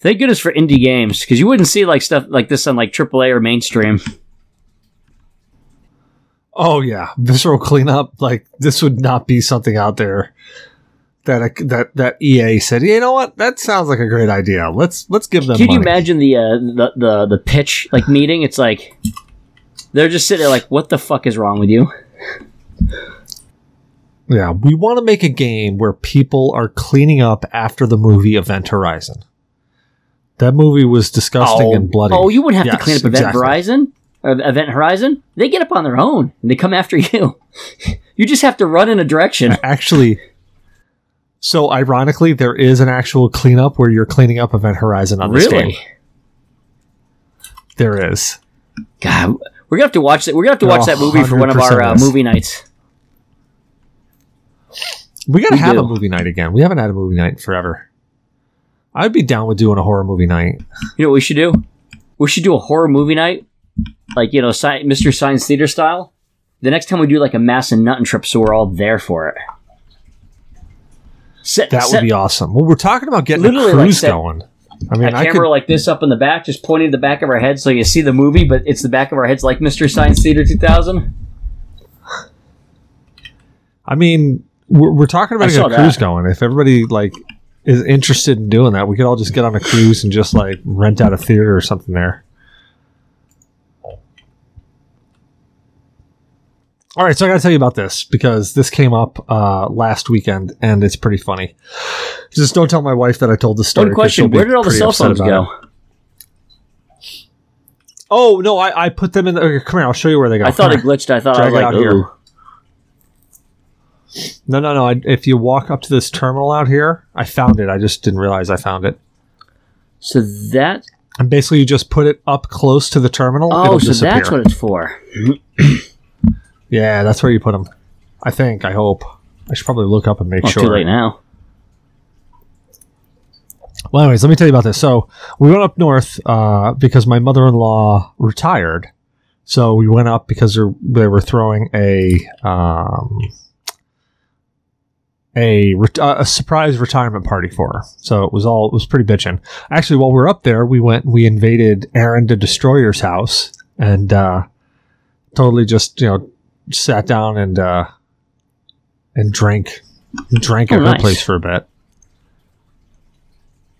Thank goodness for indie games, because you wouldn't see like stuff like this on like AAA or mainstream. Oh yeah, visceral cleanup. Like this would not be something out there that I, that that EA said. You know what? That sounds like a great idea. Let's let's give them. Can you money." imagine the, uh, the the the pitch like meeting? It's like they're just sitting there like, "What the fuck is wrong with you?" Yeah, we want to make a game where people are cleaning up after the movie Event Horizon. That movie was disgusting and bloody. Oh, you wouldn't have Yes, to clean up Event exactly. Horizon. Or Event Horizon. They get up on their own and they come after you. you just have to run in a direction. actually. So ironically, there is an actual cleanup where you're cleaning up Event Horizon on this game. Really? There is. God, we're gonna have to watch that. We're gonna have to You're watch that movie for one of our uh, 100% movie nights. We gotta We have do. a movie night again. We haven't had a movie night in forever. I'd be down with doing a horror movie night. You know what we should do? We should do a horror movie night, like you know, sci- Mr. Science Theater style. The next time we do like a mass and nut and trip, so we're all there for it. Set, That set would be awesome. Well, we're talking about getting Literally, a like, cruise set going. I a mean, I camera could. like this up in the back, just pointing to the back of our head, so you see the movie, but it's the back of our heads, like Mr. Science Theater 2000. I mean, we're, we're talking about I getting a saw cruise that. going. If everybody like is interested in doing that, we could all just get on a cruise and just like rent out a theater or something there. All right, so I got to tell you about this because this came up uh, last weekend and it's pretty funny. Just don't tell my wife that I told this story. One 'cause she'll question: be Where did all the pretty cell upset phones about go? it. Oh no, I, I put them in. The, okay, come here, I'll show you where they go. I thought Come it here. glitched. I thought Drag I was it out like, here. "Ooh, No, no, no. I, if you walk up to this terminal out here, I found it. I just didn't realize I found it. So that And basically, you just put it up close to the terminal. oh, it'll so disappear. that's what it's for. yeah, that's where you put them. I think. I hope. I should probably look up and make Well, sure. Oh, too late now. Well, anyways, let me tell you about this. So we went up north uh, because my mother-in-law retired. So we went up because they're- they were throwing a um, a ret- uh, a surprise retirement party for her. So it was all it was pretty bitchin'. Actually, while we were up there, we went and we invaded Aaron the Destroyer's house and uh, totally just you know sat down and uh, and drank drank at Oh, her nice. place for a bit.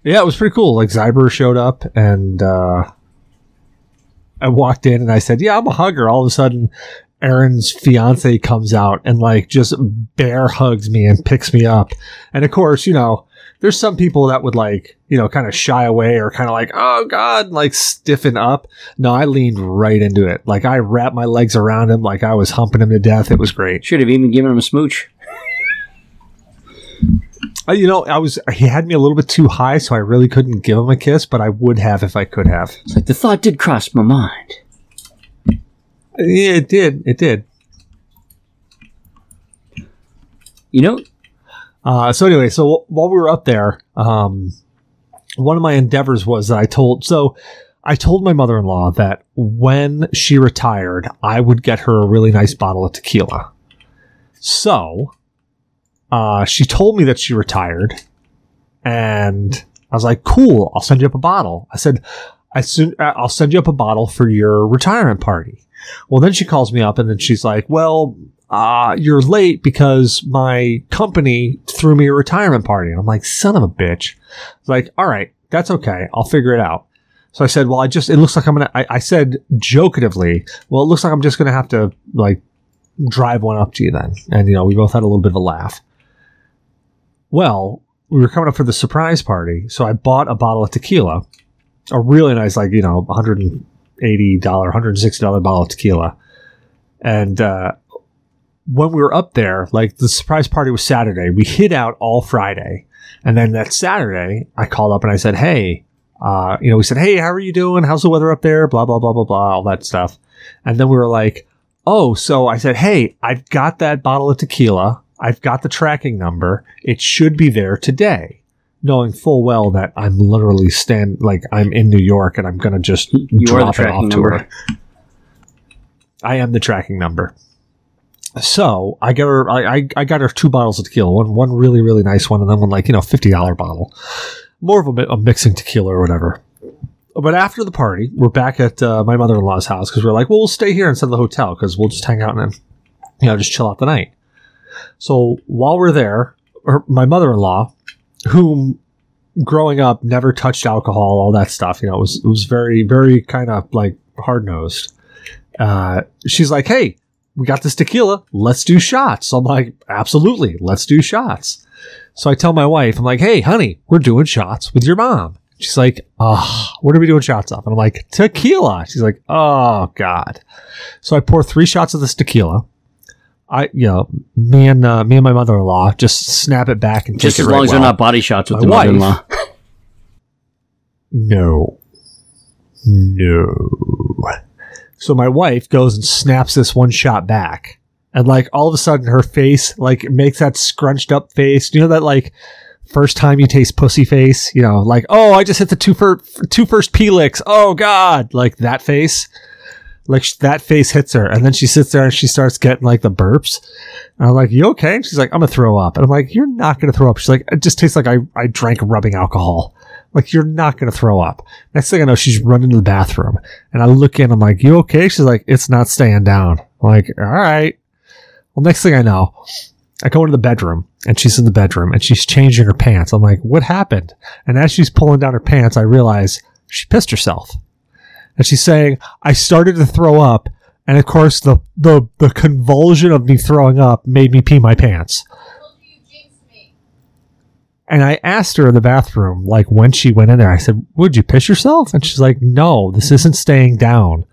Yeah, it was pretty cool. Like Zyber showed up and uh, I walked in and I said, "Yeah, I'm a hugger." All of a sudden, Aaron's fiance comes out and like just bear hugs me and picks me up. And of course, you know, there's some people that would like, you know, kind of shy away or kind of like, "Oh God," like stiffen up. No, I leaned right into it. Like I wrapped my legs around him, like I was humping him to death. It was great. Should have even given him a smooch. Uh, you know, I was he had me a little bit too high, so I really couldn't give him a kiss, but I would have if I could have. It's like the thought did cross my mind. Yeah, it did. It did. You know, Uh, so anyway, so while we were up there, um, one of my endeavors was that I told so I told my mother in law that when she retired, I would get her a really nice bottle of tequila. So uh, she told me that she retired, and I was like, "Cool, I'll send you up a bottle." I said, "I soon uh, I'll send you up a bottle for your retirement party." Well, then she calls me up, and then she's like, "Well, uh, you're late because my company threw me a retirement party. And I'm like, son of a bitch. It's like, all right, that's okay. I'll figure it out. So I said, well, I just, it looks like I'm going to, I said jokatively, well, it looks like I'm just going to have to like drive one up to you then. And, you know, we both had a little bit of a laugh. Well, we were coming up for the surprise party. So I bought a bottle of tequila, a really nice, like, you know, $180, $160 bottle of tequila. And, uh, when we were up there, like the surprise party was Saturday. We hid out all Friday. And then that Saturday, I called up and I said, Hey, uh, you know, we said, Hey, how are you doing? How's the weather up there? Blah, blah, blah, blah, blah, all that stuff. And then we were like, Oh, so I said, Hey, I've got that bottle of tequila. I've got the tracking number. It should be there today. Knowing full well that I'm literally stand like I'm in New York and I'm gonna just you are the drop it tracking off to number. her. I am the tracking number. So I got her. I, I, I got her two bottles of tequila. One one really really nice one, and then one like you know fifty dollar bottle. More of a, mi- a mixing tequila or whatever. But after the party, we're back at uh, my mother in law's house because we're like, well, we'll stay here instead of the hotel because we'll just hang out and then, you know just chill out the night. So while we're there, her, my mother in law, whom growing up never touched alcohol, all that stuff, you know, it was it was very very kind of like hard nosed uh, she's like, "Hey, we got this tequila. Let's do shots." I'm like, "Absolutely, let's do shots." So I tell my wife, "I'm like, hey, honey, we're doing shots with your mom." She's like, "Ah, what are we doing shots of?" And I'm like, "Tequila." She's like, "Oh God." So I pour three shots of this tequila. I, you know, me and uh, me and my mother-in-law just snap it back and Just take as it right long as they're well. not body shots with My the wife- mother-in-law. No. No. So my wife goes and snaps this one shot back. And like all of a sudden her face like makes that scrunched up face. You know that like first time you taste pussy face, you know, like, "Oh, I just hit the two fir- two first Pelix. Oh god." Like that face. Like sh- that face hits her and then she sits there and she starts getting like the burps. And I'm like, "You okay?" And she's like, "I'm going to throw up." And I'm like, "You're not going to throw up." She's like, "It just tastes like I I drank rubbing alcohol." Like, you're not going to throw up. Next thing I know, she's running to the bathroom. And I look in, I'm like, you okay? She's like, it's not staying down. I'm like, all right. Well, next thing I know, I go into the bedroom and she's in the bedroom and she's changing her pants. I'm like, what happened? And as she's pulling down her pants, I realize she pissed herself. And she's saying, I started to throw up. And of course, the, the, the convulsion of me throwing up made me pee my pants. And I asked her in the bathroom, like when she went in there, I said, Would you piss yourself? And she's like, No, this isn't staying down.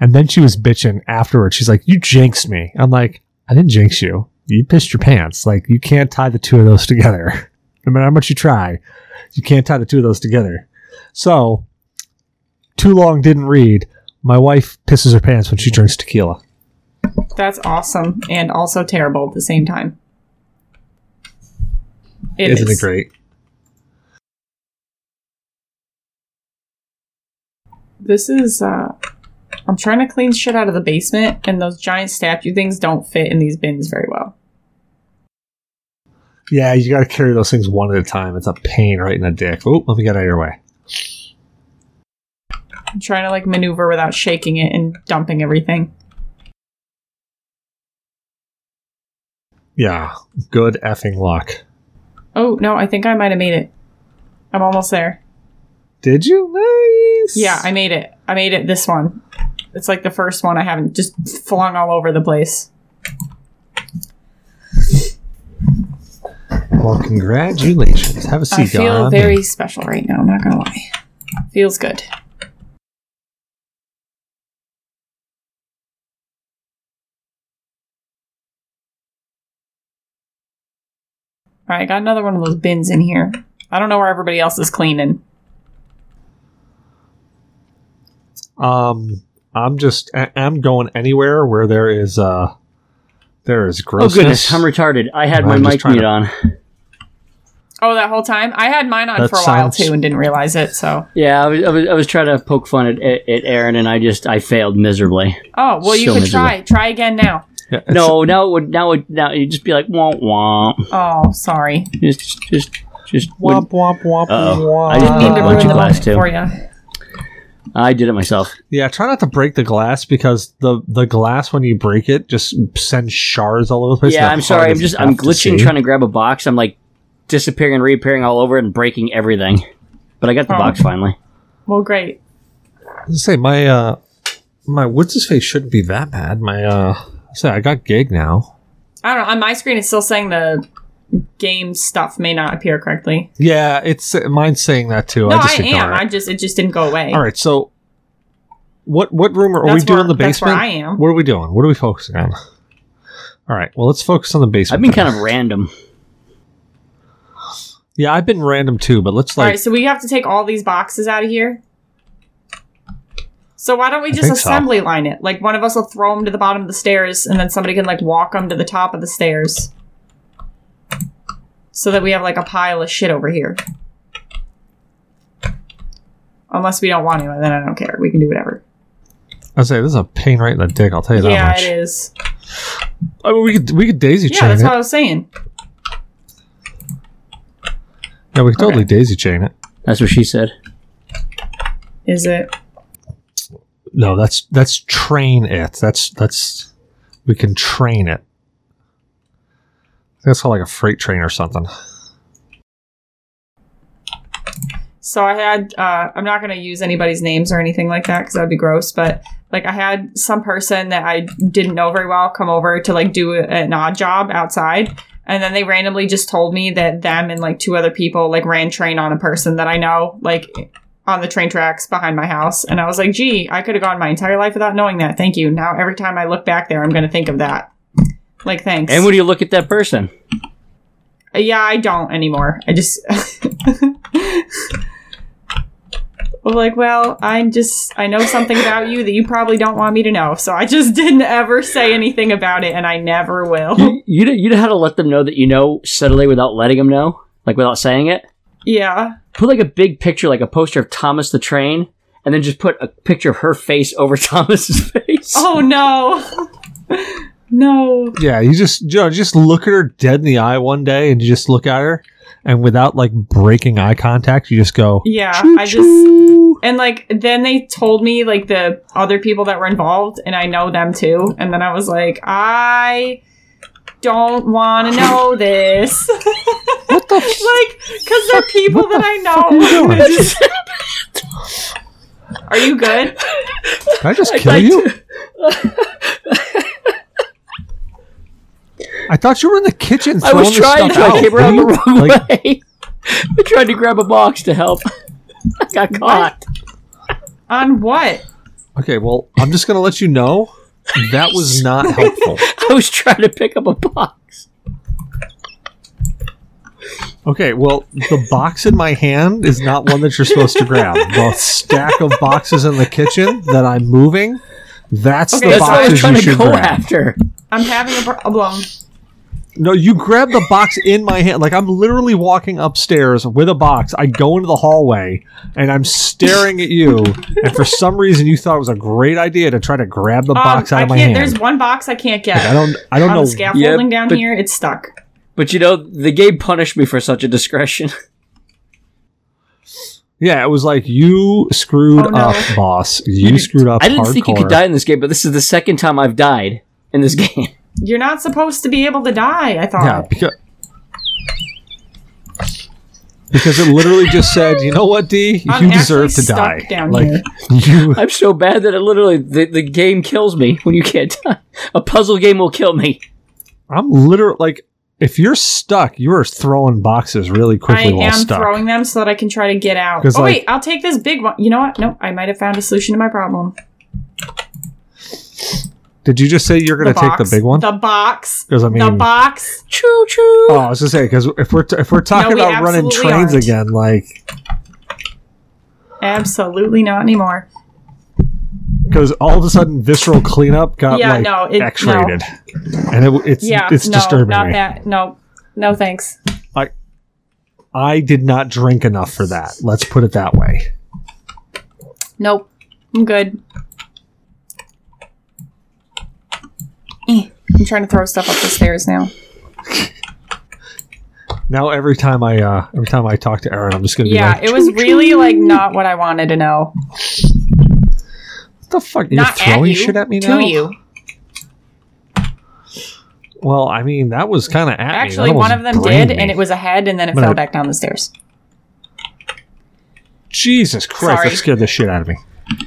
And then she was bitching afterwards. She's like, You jinxed me. I'm like, I didn't jinx you. you pissed your pants. Like you can't tie the two of those together. No matter how much you try, you can't tie the two of those together. So, too long didn't read. My wife pisses her pants when she drinks tequila. That's awesome and also terrible at the same time. It Isn't is. it great? This is uh I'm trying to clean shit out of the basement and those giant statue things don't fit in these bins very well. Yeah, you got to carry those things one at a time. It's a pain right in the dick. Oh, let me get out of your way. I'm trying to like maneuver without shaking it and dumping everything. Yeah, good effing luck. Oh no, I think I might have made it. I'm almost there. Did you? Nice. Yeah, I made it. I made it this one. It's like the first one I haven't just flung all over the place. well, congratulations. Have a seat, I feel Don. very special right now, not gonna lie. Feels good. Alright, I got another one of those bins in here. I don't know where everybody else is cleaning. Um, I'm just I- I'm going anywhere where there is uh there is Oh grossness. goodness, I'm retarded. I had my I'm just mic trying mute to- on. Oh, that whole time? I had mine on That for a while sounds- too and didn't realize it, so. Yeah, I was, I was, I was trying to poke fun at, at, at Aaron, and I just I failed miserably. Oh, well, you So could try. Try again now. Yeah, it's- No, now it would now it now you'd just be like womp womp. Oh, sorry. Just just just Womp womp womp Uh-oh. womp. I didn't Need to Uh, why'd ruin you the glass moment too? for you. I did it myself. yeah, try not to break the glass because the the glass when you break it just sends shards all over the place. yeah, They're I'm hard sorry. I'm as just F I'm to see. glitching trying to grab a box. I'm like disappearing and reappearing all over and breaking everything. But I got the Oh. box finally. Well, great. I was gonna say my uh my what's his face shouldn't be that bad. My uh say I got gig now. I don't know. On my screen, it's still saying the game stuff may not appear correctly. Yeah, it's mine's saying that too. no, Oh, I I, just ignore am. it. I just it just didn't go away. All right, so what what room are, are we That's doing where- the that's where basement? I am. What are we doing? What are we focusing on? All right, well, let's focus on the basement. I've been then. kind of random. yeah, I've been random too, but let's All like right. So we have to take all these boxes out of here. So why don't we just think so. assembly line it? Like one of us will throw them to the bottom of the stairs, and then somebody can like walk them to the top of the stairs, so that we have like a pile of shit over here. Unless we don't want to, and then I don't care. We can do whatever. I say this is a pain right in the dick. I'll tell you that yeah, much. it is. I mean, we could we could daisy Yeah, chain that's it. what I was saying. yeah, we could totally okay. daisy chain it. That's what she said. Is it? No, that's that's train it. That's that's we can train it. That's called like a freight train or something. So I had, uh, I'm not going to use anybody's names or anything like that because that would be gross, but like I had some person that I didn't know very well come over to like do a- an odd job outside. And then they randomly just told me that them and like two other people like ran train on a person that I know, like on the train tracks behind my house. And I was like, gee, I could have gone my entire life without knowing that. Thank you. Now every time I look back there, I'm going to think of that. Like, thanks. And when you look at that person, Yeah, I don't anymore. I just I'm like, well, I'm just I know something about you that you probably don't want me to know, so I just didn't ever say anything about it, and I never will. you you know, you know how to let them know that you know subtly without letting them know, like without saying it. yeah, Put like a big picture, like a poster of Thomas the train, and then just put a picture of her face over Thomas's face. Oh no, no. Yeah, you just Joe, just look at her dead in the eye one day, and you just look at her, and without like breaking eye contact, you just go. Yeah, I just "Choo-choo." and like then they told me like the other people that were involved, and I know them too, and then I was like, I don't want to know this. What the? f- like because they're people what the that I fuck are you know. doing? Oh, Did Are you good? I just I'd kill like you? to- I thought you were in the kitchen. I throwing this was trying to. stuff I came out, around the will you? wrong Like, way. I tried to grab a box to help. I got caught. On what? okay, well, I'm just gonna let you know that was not helpful. I was trying to pick up a box. Okay, well, the box in my hand is not one that you're supposed to grab. The stack of boxes in the kitchen that I'm moving, that's Okay, the That's that's what I was boxes trying you to should go grab. after. I'm having a problem. No, you grab the box in my hand. Like I'm literally walking upstairs with a box. I go into the hallway and I'm staring at you. And for some reason, you thought it was a great idea to try to grab the box Um, out I of my can't. hand. There's one box I can't get. I don't. I don't on know. the scaffolding down but- here, it's stuck. But you know, the game punished me for such a discretion. Yeah, it was like you screwed Oh, no. up, boss. You screwed up. I didn't hardcore. think you could die in this game, but this is the second time I've died in this game. You're not supposed to be able to die. I Yeah, thought. because, because it literally just said, you know what, D, I'm you actually deserve to stuck die. down like here. you. I'm so bad that it literally the, the game kills me when you can't die. A puzzle game will kill me. I'm literally like, if you're stuck, you are throwing boxes really I quickly while am stuck. throwing them so that I can try to get out. 'Cause, Oh like- wait, I'll take this big one. You know what? Nope, I might have found a solution to my problem. Did you just say you're going to take the box. big one? The box. 'Cause, I mean- the box. Choo choo. oh, I was going to say because if we're t- if we're talking we about running absolutely trains aren't. again, like Absolutely not anymore. because all of a sudden visceral cleanup got Yeah, like no, it- no. X-rated, and it, it's Yeah, it's no, disturbing not me. that. No, no, thanks. I did not drink enough for that. Let's put it that way. Nope, I'm good. Eh, I'm trying to throw stuff up the stairs now. Now every time I uh every time I talk to Aaron, I'm just gonna be Yeah, like, it was really like not what I wanted to know. "What the fuck? You're Not at throwing you, shit at me to now." you. Well, I mean that was kind of at me. Actually, That one almost of them brained did, me. and it was a head, and then it But I- fell back down the stairs. Jesus Christ, Sorry. that scared the shit out of me.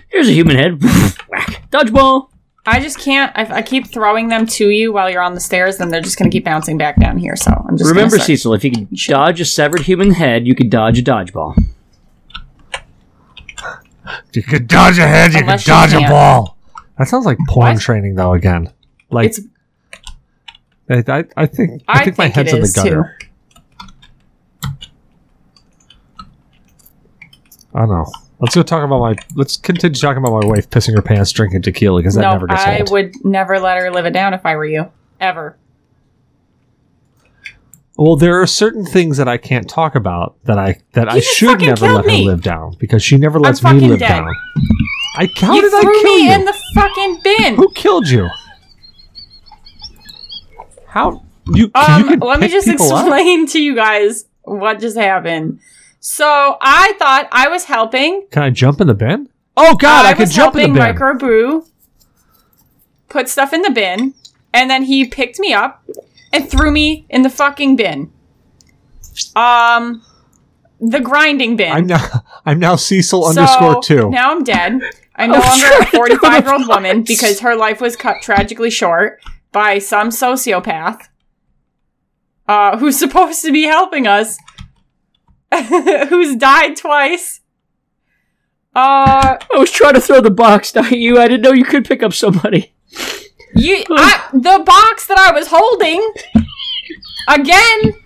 Here's a human head. Whack. Dodgeball. I just can't. I, I keep throwing them to you while you're on the stairs, then they're just going to keep bouncing back down here. So I'm just gonna Remember, start- Cecil, if you can dodge a severed human head, you could dodge a dodgeball. You could dodge a head, you Unless could you dodge a can't. ball. That sounds like porn What? training, though. Again, like It's- I, I, I think I, I think my think head's it in the is, gutter. I don't know. Let's go talk about my. Let's continue talking about my wife pissing her pants, drinking tequila because that no, never gets I old. would never let her live it down if I were you, ever. well, there are certain things that I can't talk about that I that I You just should fucking never killed let her me. live down because she never lets me fucking live dead. down. I how you did I threw kill me you? in the fucking bin. Who killed you? How you? you Um, can let me pick just people up? explain to you guys what just happened. So I thought I was helping Can I jump in the bin? Oh God, I, I, can was jump in helping the bin. Micro Boo put stuff in the bin, and then he picked me up and threw me in the fucking bin. Um, the grinding bin. I'm now I'm now Cecil So, underscore two. Oh, Now I'm dead. I'm no I'm longer trying a to do 45 year old the woman parts. because her life was cut tragically short by some sociopath uh, who's supposed to be helping us, who's died twice. Uh, I was trying to throw the box at you. I didn't know you could pick up somebody. You, I, the box that I was holding again.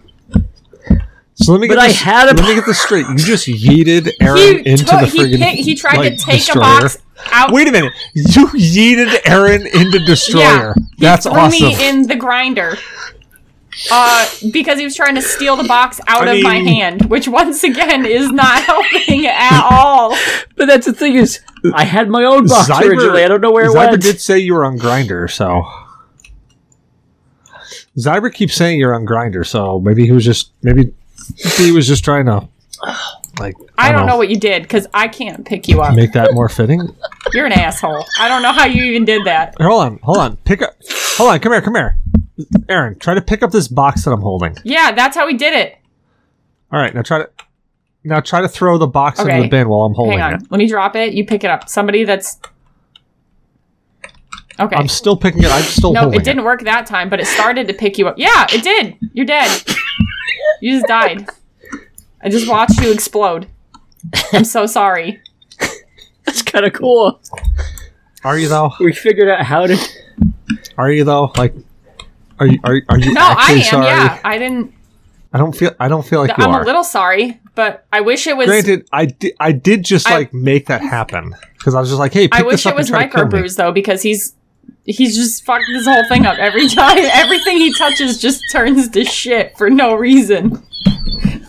so let me get But I this, had a- let me get this straight. You just yeeted Aaron He into took- the he, friggin' pick- he tried like, to take destroyer. a box out. Wait a minute! You yeeted Aaron into destroyer. he That's threw awesome. me in the grinder. Uh, because he was trying to steal the box out I of my mean- hand, which once again is not helping at all. But that's the thing is, I had my own box Zyber- originally. I don't know where it Zyber went. did say you were on Grinder, so Zyber keeps saying you're on Grinder, so maybe he was just maybe he was just trying to like I don't know what you did because I can't pick you up. make that more fitting. You're an asshole. I don't know how you even did that. Hold on, hold on, pick up. Hold on, come here, come here, Aaron. Try to pick up this box that I'm holding. Yeah, that's how he did it. All right, now try to now try to throw the box into Okay. the bin while I'm holding Hang on. it. Let me drop it. You pick it up. Somebody that's. Okay. I'm still picking it. I'm still no, holding it didn't work that time, but it started to pick you up. Yeah, it did. You're dead. you just died. I just watched you explode. I'm so sorry. That's kind of cool. Are you though? We figured out how to. Are you though? Like Are you are, are you No, I actually am. sorry? Yeah, I didn't. I don't feel I don't feel like you I'm are. a little sorry, but I wish it was. Granted, I did I did just I- like make that happen because I was just like, hey, pick I wish this up it was and try to kill me. microbrews though, because he's he's just fucked this whole thing up every time. Everything he touches just turns to shit for no reason.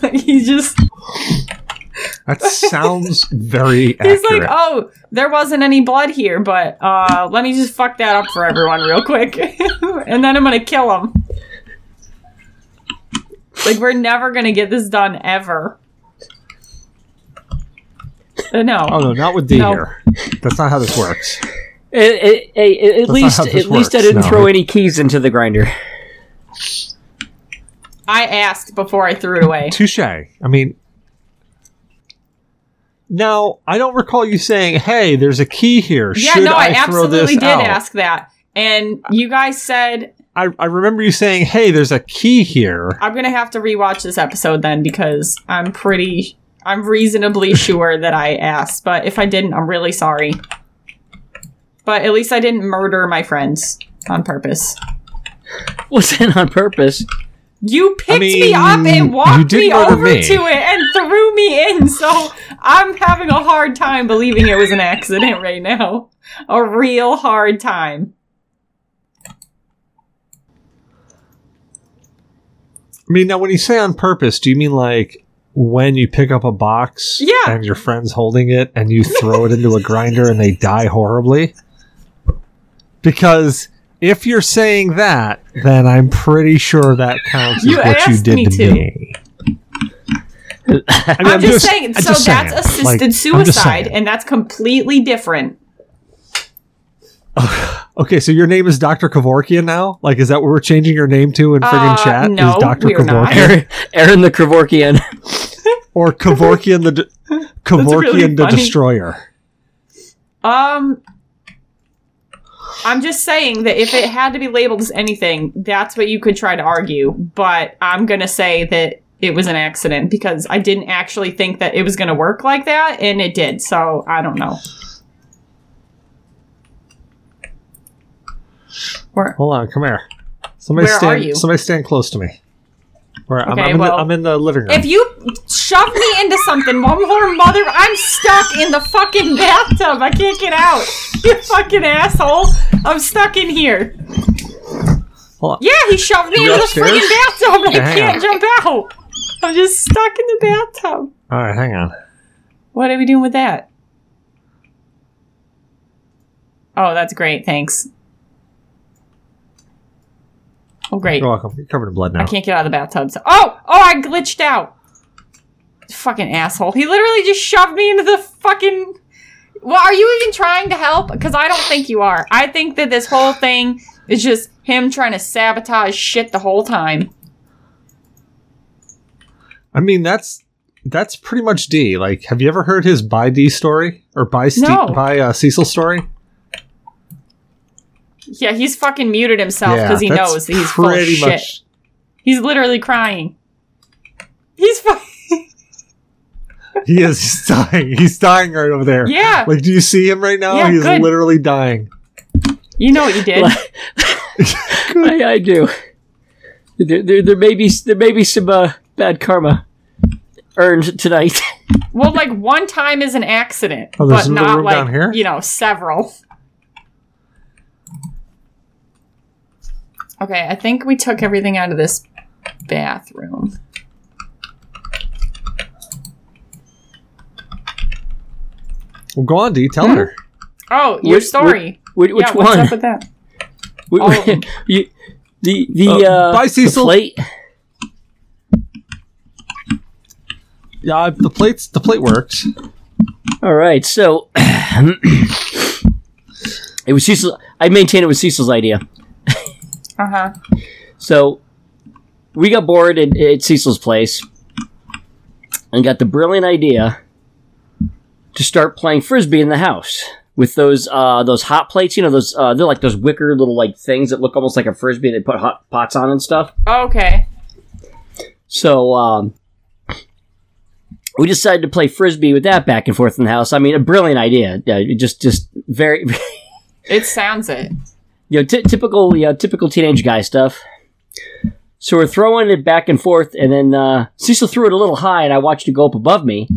Like he just That sounds very accurate. he's like, oh, there wasn't any blood here, but uh, let me just fuck that up for everyone real quick, and then I'm gonna kill him. Like we're never gonna get this done ever. Uh, No. Oh no, not with D No. here. That's not how this works. It- it- it- at not least, how at this least I works, didn't no. throw any keys into the grinder. I asked before I threw it away. Touche. I mean, now I don't recall you saying, "Hey, there's a key here. Yeah, Should no, I, throw absolutely this did out?" ask that. And you guys said I, I remember you saying, "Hey, there's a key here." I'm gonna have to rewatch this episode then because I'm pretty I'm reasonably sure that I asked, but if I didn't, I'm really sorry. But at least I didn't murder my friends on purpose. Was it on purpose? You picked me mean, up you and walked did me murder over me. to it and threw me in, so I'm having a hard time believing it was an accident right now. A real hard time. I mean, now when you say on purpose, do you mean like when you pick up a box Yeah. and your friend's holding it and you throw it into a grinder and they die horribly? Because if you're saying that, then I'm pretty sure that counts as You what you asked did me to, to. me. I I'm, just, saying. So that's assisted suicide, And- and that's completely different. okay, so your name is Dr. Kavorkian now? Like, is that what we're changing your name to in friggin' Uh, chat? no, is Dr. we're not. Kevorkian? Aaron, Aaron the Kevorkian. Or Kavorkian the, de- Kevorkian really the funny. Destroyer? Um, I'm just saying that if it had to be labeled as anything, that's what you could try to argue. But I'm gonna say that it was an accident because I didn't actually think that it was gonna work like that, and it did. So I don't know. Or Hold on, come here. Somebody Where stand. are you? Somebody stand close to me. Where I'm, Okay, I'm, in well, the, I'm in the living room. If you shove me into something one more mother, I'm stuck in the fucking bathtub. I can't get out. You fucking asshole. I'm stuck in here. Hold on. Yeah, he shoved me You into upstairs? the freaking bathtub and I Damn. can't jump out. I'm just stuck in the bathtub. All right, hang on. What are we doing with that? Oh, that's great. Thanks. Oh, great. You're welcome. You're covered in blood I now. can't get out of the bathtub. So, oh, oh, I glitched out. Fucking asshole. He literally just shoved me into the fucking. Well, are you even trying to help? Because I don't think you are. I think that this whole thing is just him trying to sabotage shit the whole time. I mean, that's that's pretty much D. Like, have you ever heard his by D story or by Ste- No. by uh, Cecil story? Yeah, he's fucking muted himself because he that's knows that he's full of pretty shit. He's literally crying. He's fucking. He is he's dying. He's dying right over there. Yeah. Like, do you see him right now? Yeah, he's good. literally dying. You know what you did. I, I do. There, there, there may be there may be some uh, bad karma earned tonight. Well, like one time is an accident, Oh, there's but another not room like down here? you know several. Okay, I think we took everything out of this bathroom. Well, go on, D. Tell Hmm? her. Oh, your Which- story. Which, which yeah, what's one? up with that? Wh- all of them? you- the the, Uh, uh, bye, the Cecil. plate. Yeah, I- the plates. The plate works. All right, so it was Cecil. I maintain it was Cecil's idea. Uh huh. So we got bored at, at Cecil's place and got the brilliant idea to start playing frisbee in the house with those uh, those hot plates. You know those uh, they're like those wicker little like things that look almost like a frisbee. They put hot pots on and stuff. Okay. So um, we decided to play frisbee with that back and forth in the house. I mean, a brilliant idea. Yeah, it just just very It sounds it. you know, ty typical you know, typical teenage guy stuff. So we're throwing it back and forth, and then uh, Cecil threw it a little high, and I watched it go up above me,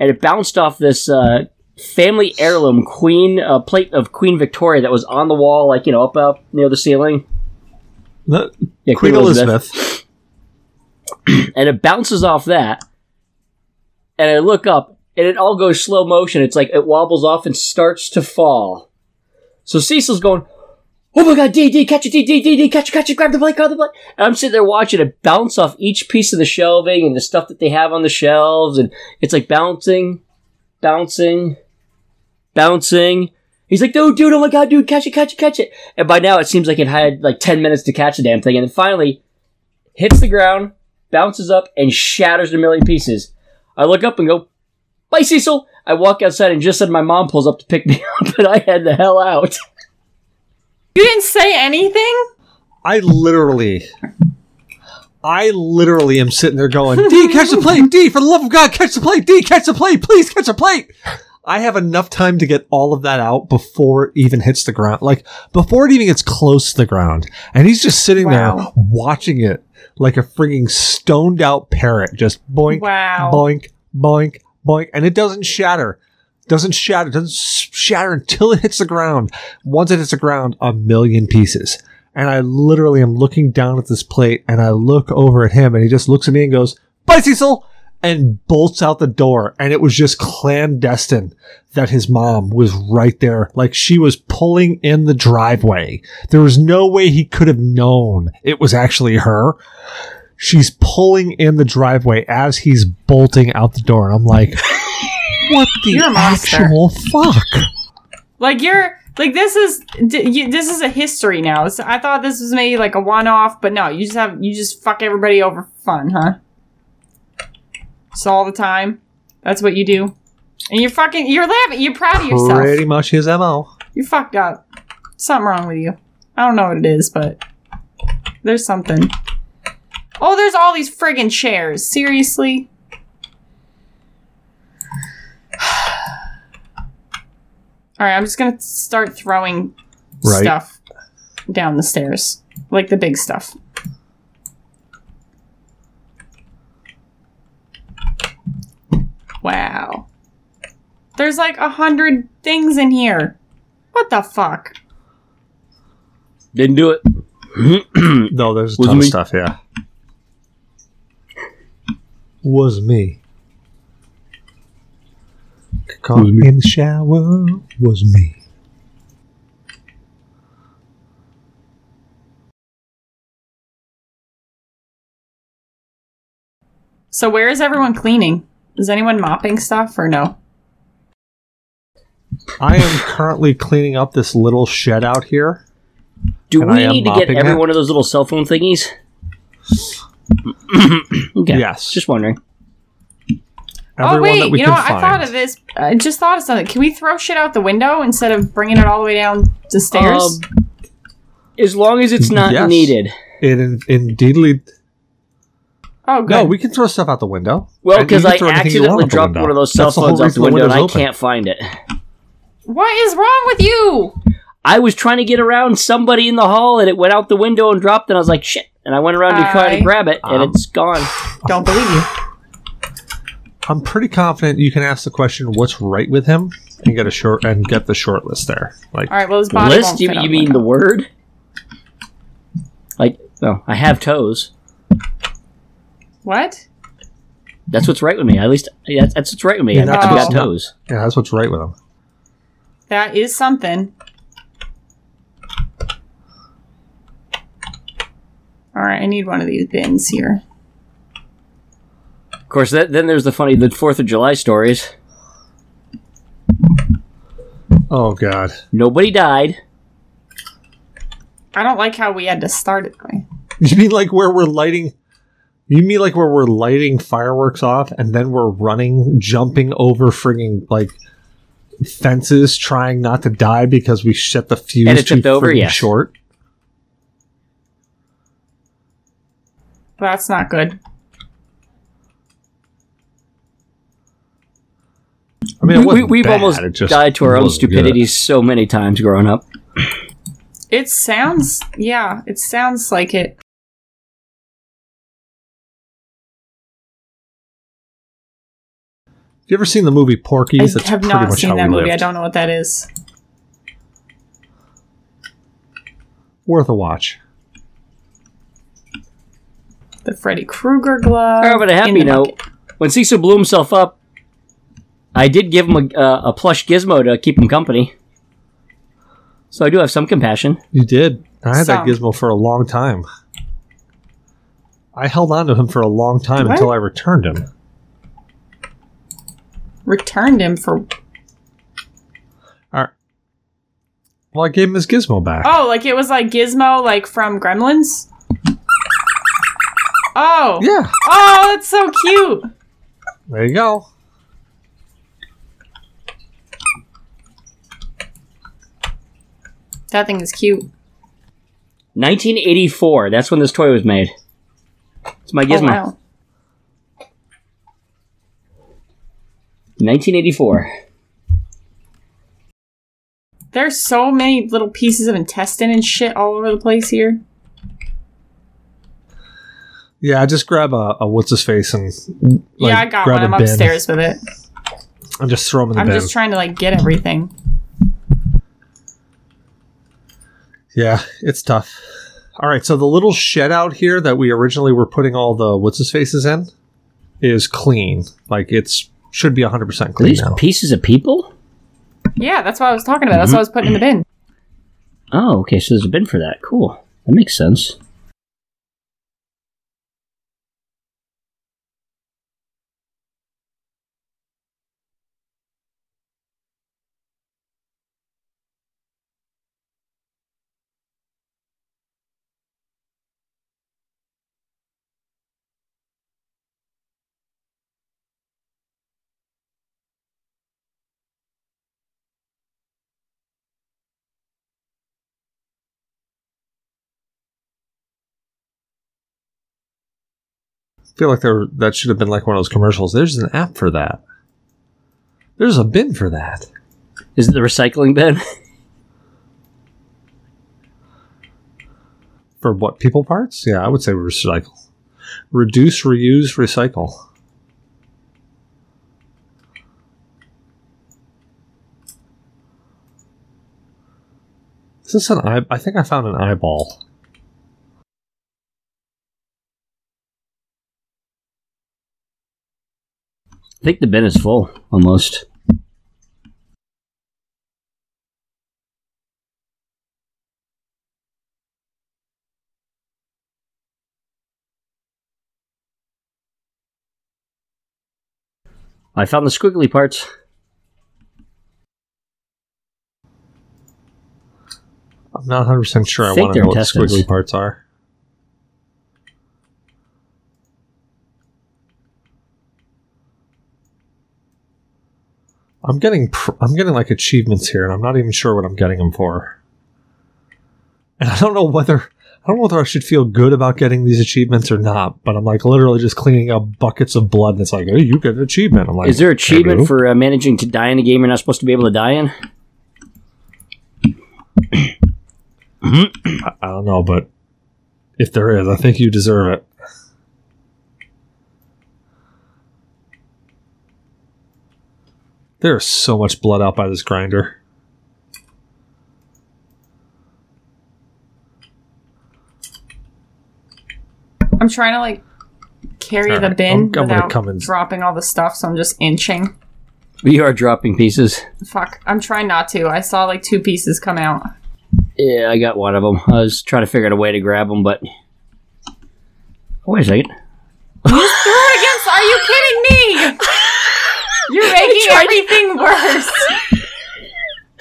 and it bounced off this uh, family heirloom queen uh, plate of Queen Victoria that was on the wall, like you know, up up near the ceiling. No, Yeah, Queen Elizabeth. and it bounces off that. And I look up, and it all goes slow motion. It's like it wobbles off and starts to fall. So Cecil's going, "Oh my god, D D catch it, D D D D catch it, catch it, grab the plate, grab the plate!" And I'm sitting there watching it bounce off each piece of the shelving and the stuff that they have on the shelves, and it's like bouncing, bouncing, bouncing. He's like, dude, dude, oh my god, dude, catch it, catch it, catch it. And by now it seems like it had like 10 minutes to catch the damn thing. And then finally hits the ground, bounces up, and shatters in a million pieces. I look up and go, bye, Cecil. I walk outside and just said my mom pulls up to pick me up, and I head the hell out. You didn't say anything? I literally, I literally am sitting there going, D, catch the plate, D, for the love of God, catch the plate, D, catch the plate, please catch the plate. I have enough time to get all of that out before it even hits the ground, like before it even gets close to the ground. And he's just sitting there Wow. watching it like a frigging stoned out parrot, just boink, Wow. boink, boink, boink, and it doesn't shatter. Doesn't shatter. Doesn't s- shatter until it hits the ground. Once it hits the ground, a million pieces. And I literally am looking down at this plate, and I look over at him, and he just looks at me and goes, "Bye, Cecil," and bolts out the door. And it was just clandestine that his mom was right there, like she was pulling in the driveway. There was no way he could have known it was actually her she's pulling in the driveway as he's bolting out the door, and I'm like, "What the You're a monster. actual fuck?" Like you're like this is d- you, this is a history now. So I thought this was maybe like a one off, but no, you just have you just fuck everybody over for fun, huh? Just all the time. That's what you do. And you're fucking you're laughing. You're proud of yourself. Pretty much his mo. You fucked up. Something wrong with you. I don't know what it is, but there's something. Oh, there's all these friggin' chairs. Seriously? all right, I'm just gonna start throwing Right. stuff down the stairs, like the big stuff. Wow. There's like a hundred things in here. What the fuck? Didn't do it. No, there's a Was ton of me. stuff. Yeah, was me. Caught Was me. in the shower was me. So where is everyone cleaning? Is anyone mopping stuff or no? I am currently cleaning up this little shed out here. Do And I we am need to get mopping every it. one of those little cell phone thingies? okay. Yes. Just wondering. Everyone oh wait, that we you know can what? I thought of find. this. I just thought of something. Can we throw shit out the window instead of bringing it all the way down the stairs? Um, as long as it's not Yes. needed. It in, indeedly. oh, good. No, we can throw stuff out the window. Well, And you because can I throw anything you want accidentally out the dropped window. one of those cell That's the whole phones out reason the window and I window's open. can't find it. what is wrong with you? I was trying to get around somebody in the hall and it went out the window and dropped and I was like shit and I went around to try I- to grab it and Um, it's gone. Don't believe you. I'm pretty confident you can ask the question, "What's right with him?" and get a short and get the short list there. Like, All right, well his body List? won't You, fit you on mean it. the word? Like no, I have toes. what? That's what's right with me. At least yeah, that's, that's what's right with me. Yeah, I, that's I've got what's not- toes. yeah, that's what's right with him. That is something. All right, I need one of these bins here. Of course, that, then there's the funny the Fourth of July stories. Oh God, Nobody died. I don't like how we had to start it. that way. you mean like where we're lighting? You mean like where we're lighting fireworks off and then we're running, jumping over frigging like fences, trying not to die because we set the fuse And it too tipped over, frigging yes. short. That's not good. I mean, it we, wasn't we, have bad, almost it just died to our own wasn't good. stupidity so many times growing up. It sounds, yeah, it sounds like it. you ever seen the movie Porky's? I That's have pretty not much seen how that we movie. I lived. don't know what that is. Worth a watch. The Freddy Krueger glove. Oh, but a in the happy note. bucket. When Cecil blew himself up, I did give him a, uh, a plush gizmo to keep him company. So I do have some compassion. You did. I had that Some. gizmo for a long time. I held on to him for a long time What? until I returned him. Returned him for All right. Well, I gave him his gizmo back. oh, like it was like Gizmo, like from Gremlins. Oh, Yeah. oh, that's so cute. There you go. That thing is cute. 1984. That's when this toy was made. It's my Oh, gizmo. wow. 1984. There's so many little pieces of intestine and shit all over the place here. Yeah, just grab a, a what's his face and like, yeah, I got grab one. I'm a bin upstairs with it. and just throw him in the I'm bin. just trying to like get everything. yeah, it's tough. All right, so the little shed out here that we originally were putting all the what's his faces in is clean. Like it's should be 100% Are clean these now. pieces of people? Yeah, that's what I was talking about. That's what I was putting in the bin. Oh, okay. So there's a bin for that. Cool. That makes sense. I feel like there that should have been like one of those commercials. There's an app for that. There's a bin for that. Is it the recycling bin? For what people parts? Yeah, I would say recycle. Reduce, reuse, recycle. Is this an eye? I think I found an eyeball. I think the bin is full almost. I found the squiggly parts. I'm not 100 percent sure. I Think want to they're know what the intestines. squiggly parts are. I'm getting pr- I'm getting like achievements here, and I'm not even sure what I'm getting them for. And I don't know whether I don't know whether I should feel good about getting these achievements or not. But I'm like literally just cleaning up buckets of blood, and it's like, hey, you get an achievement. I'm like, Is there "I do." achievement for uh, managing to die in a game you're not supposed to be able to die in? I- I don't know, but if there is, I think you deserve it. There's so much blood out by this grinder. I'm trying to like carry All the right, bin I'm- I'm gonna without come and- dropping all the stuff, so I'm just inching. You are dropping pieces. Fuck, I'm trying not to. I saw like two pieces come out. Yeah, I got one of them. I was trying to figure out a way to grab them, but Oh, wait a second. Throw it against. Are you kidding me? You're making everything worse.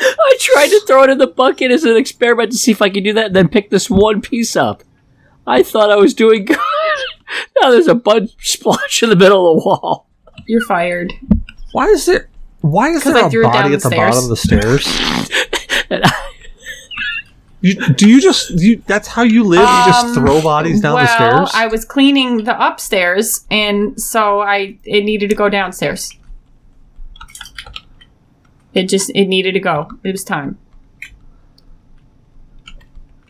I tried to throw it in the bucket as an experiment to see if I could do that, and then pick this one piece up. I thought I was doing good. now there's a bud splotch in the middle of the wall. You're fired. Why is there? Why is 'Cause there I a threw it down body the at the stairs. bottom of the stairs? you, do you just? You, that's how you live. you just Um, throw bodies down well, the stairs. I was cleaning the upstairs, and so I it needed to go downstairs. It just it needed to go. It was time.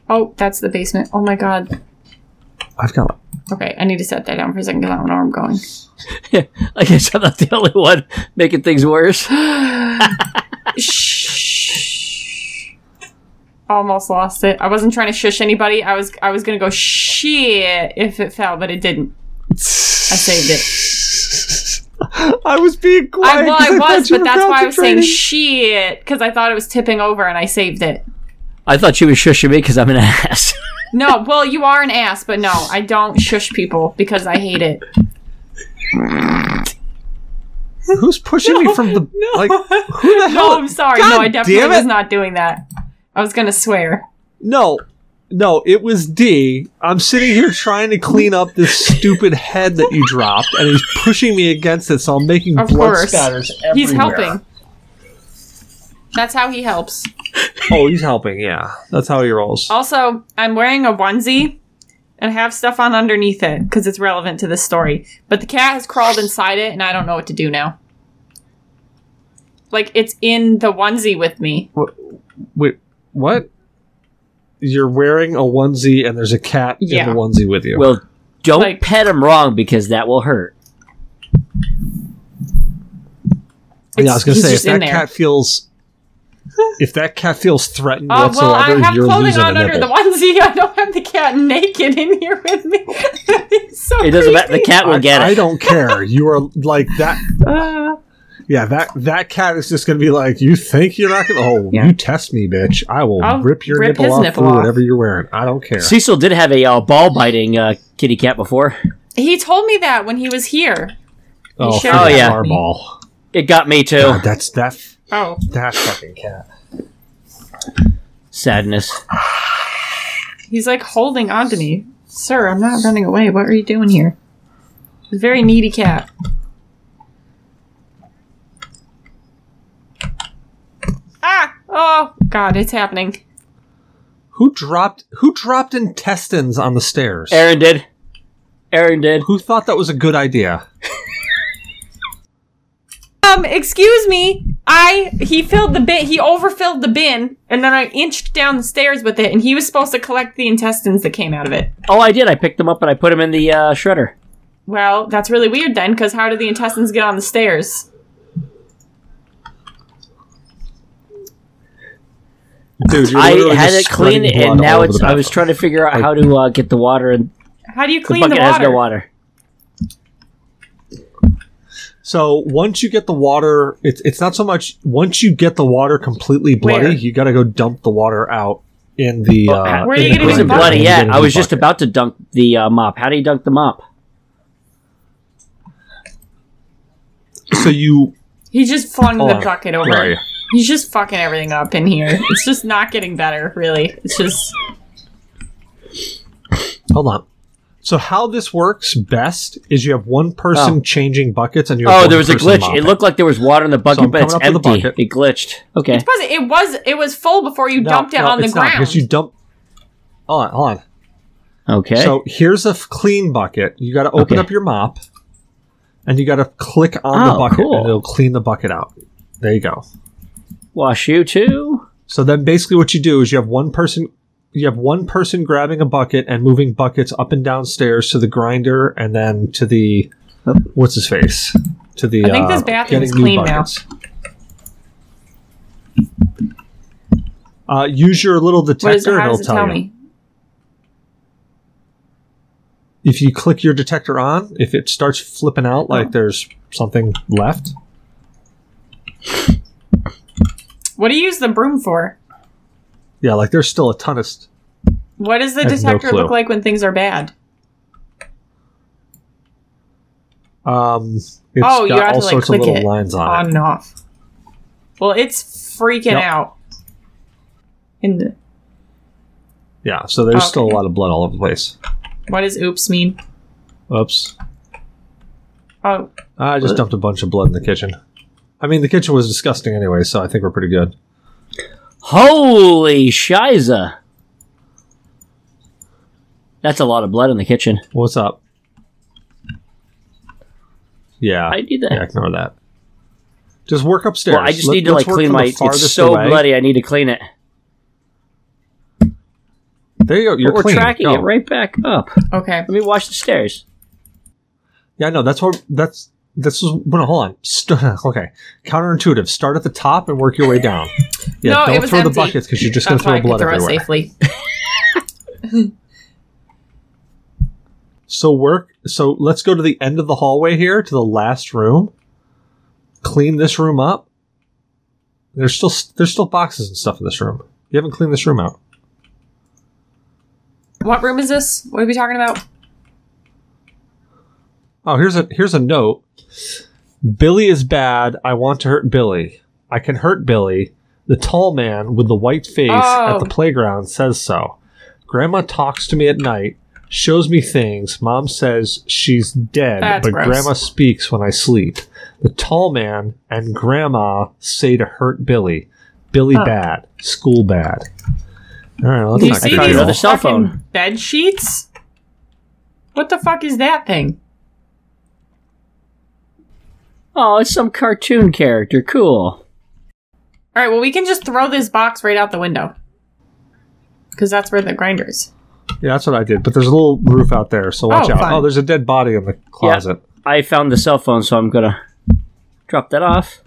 Oh, that's the basement. Oh my god. I've got Okay, I need to set that down for a second because I don't know where I'm going. I guess I'm not the only one making things worse. Shh. Almost lost it. I wasn't trying to shush anybody. I was I was gonna go shit if it fell, but it didn't. I saved it. I was being quiet. I, well, 'cause I thought was, you but were that's why I was saying concentrating. shit because I thought it was tipping over and I saved it. I thought she was shushing me because I'm an ass. No, well, you are an ass, but no, I don't shush people because I hate it. Who's pushing me from the like? Who the hell? No, Oh, I'm sorry. God no, I definitely damn it. was not doing that. I was gonna swear. No, no, it was D. I'm sitting here trying to clean up this stupid head that you dropped, and he's pushing me against it, so I'm making Of blood course. spatters everywhere. He's helping. That's how he helps. Oh, he's helping. Yeah, that's how he rolls. Oh. Also, I'm wearing a onesie and I have stuff on underneath it because it's relevant to this story. But the cat has crawled inside it, and I don't know what to do now. Like it's in the onesie with me. Wait, what? You're wearing a onesie, and there's a cat Yeah. in the onesie with you. well, don't Like- pet him wrong because that will hurt. yeah, I was gonna he's say if just in that there. cat feels, if that cat feels threatened Uh, well, whatsoever, I have you're clothing losing on a under the nipple. onesie. I don't have the cat naked in here with me. It's so It doesn't matter. The cat will I, get I it. don't care. You are like that. Uh, Yeah, that that cat is just gonna be like, you think you're not gonna? Oh, Yeah. you test me, bitch! I will I'll rip your rip his nipple off nipple through off. whatever you're wearing. I don't care. Cecil did have a uh, ball biting uh, kitty cat before. he told me that when he was here. oh, showed for it the to tar me. ball. It got me too. God, that's that Oh, that fucking cat. Sadness. He's like holding on to me. Sir, I'm not running away. What are you doing here? He's a very needy cat. Ah! Oh god, it's happening. Who dropped Who dropped intestines on the stairs? Aaron did. Aaron did. Who thought that was a good idea? Um, excuse me. I he filled the bin he overfilled the bin and then I inched down the stairs with it and he was supposed to collect the intestines that came out of it. Oh, I did. I picked them up and I put them in the uh, shredder. Well, that's really weird then, because how did the intestines get on the stairs? Dude, you're I literally had it just clean, spreading blood and all now over it's. the I was bathroom. trying to figure out how to uh, get the water, and How do you the clean bucket the has water? no water. So once you get the water, it's it's not so much once you get the water completely bloody, Where? you got to go dump the water out in the. Uh, where are in you the gonna do grinder Wasn't bucket? bloody when you get yet. into I the was just bucket. about to dunk the uh, mop. How do you dunk the mop? So you He just flung the Oh, bucket over. where are you? He's just fucking everything up in here. It's just not getting better, really. It's just Hold on. So how this works best is you have one person Oh. changing buckets and you. Have Oh, one there was a person glitch. mopping. It looked like there was water in the bucket, So I'm but it's coming up empty. to the bucket. It glitched. Okay. was it was it was full before you No, dumped it no, on the it's not, ground. because you dump. Hold on, hold on. Okay. So here's a f- clean bucket. You got to open Okay. up your mop, and you got to click on the Oh, bucket, cool. and it'll clean the bucket out. There you go. Wash you too. So then basically what you do is you have one person you have one person grabbing a bucket and moving buckets up and down stairs to the grinder and then to the what's his face? To the I think uh, this bathroom is getting new clean now. buckets. Uh, use your little what is it? detector How and it'll does it tell, tell you. me? If you click your detector on, if it starts flipping out Oh. like there's something left, What do you use the broom for? yeah, like there's still a ton of st- What does the I have no detector clue. look like when things are bad? um it's Oh, you got have all to, like, sorts click of little it lines on, On it. and off. Well, it's freaking Uh, Yep. out. In the, Yeah, so there's Oh, Okay. still a lot of blood all over the place. what does oops mean? Oops. Oh, I just dumped a bunch of blood in the kitchen. I mean, the kitchen was disgusting anyway, so I think we're pretty good. Holy shiza. That's a lot of blood in the kitchen. What's up? Yeah, I need that. yeah, ignore that. Just work upstairs. well, I just Let- need to let's like work clean from the my. It's farthest so away. bloody. I need to clean it. There you go. You're But we're clean. tracking Go. it right back up. Okay. Let me watch the stairs. Yeah, no, that's what that's this is. Well, hold on. St- okay, counterintuitive. Start at the top and work your way down. Yeah, No, don't it was throw the empty. buckets because you're just going to That's why throw I blood could throw it everywhere. safely. So work. So let's go to the end of the hallway here to the last room. Clean this room up. There's still there's still boxes and stuff in this room. You haven't cleaned this room out. What room is this? What are we talking about? Oh, here's a here's a note. Billy is bad. I want to hurt Billy. I can hurt Billy. The tall man with the white face Oh. at the playground says so. Grandma talks to me at night, shows me things. Mom says she's dead, That's but gross. grandma speaks when I sleep. The tall man and grandma say to hurt Billy. Billy bad. School bad. All right, let's Do Oh. you not see get these it all. another cell fucking phone. bed sheets? What the fuck is that thing? Oh, it's some cartoon character. Cool. All right, well, we can just throw this box right out the window. Because that's where the grinder is. Yeah, that's what I did. But there's a little roof out there, so watch Oh, out. fine. Oh, there's a dead body in the closet. I found the cell phone, so I'm gonna drop that off.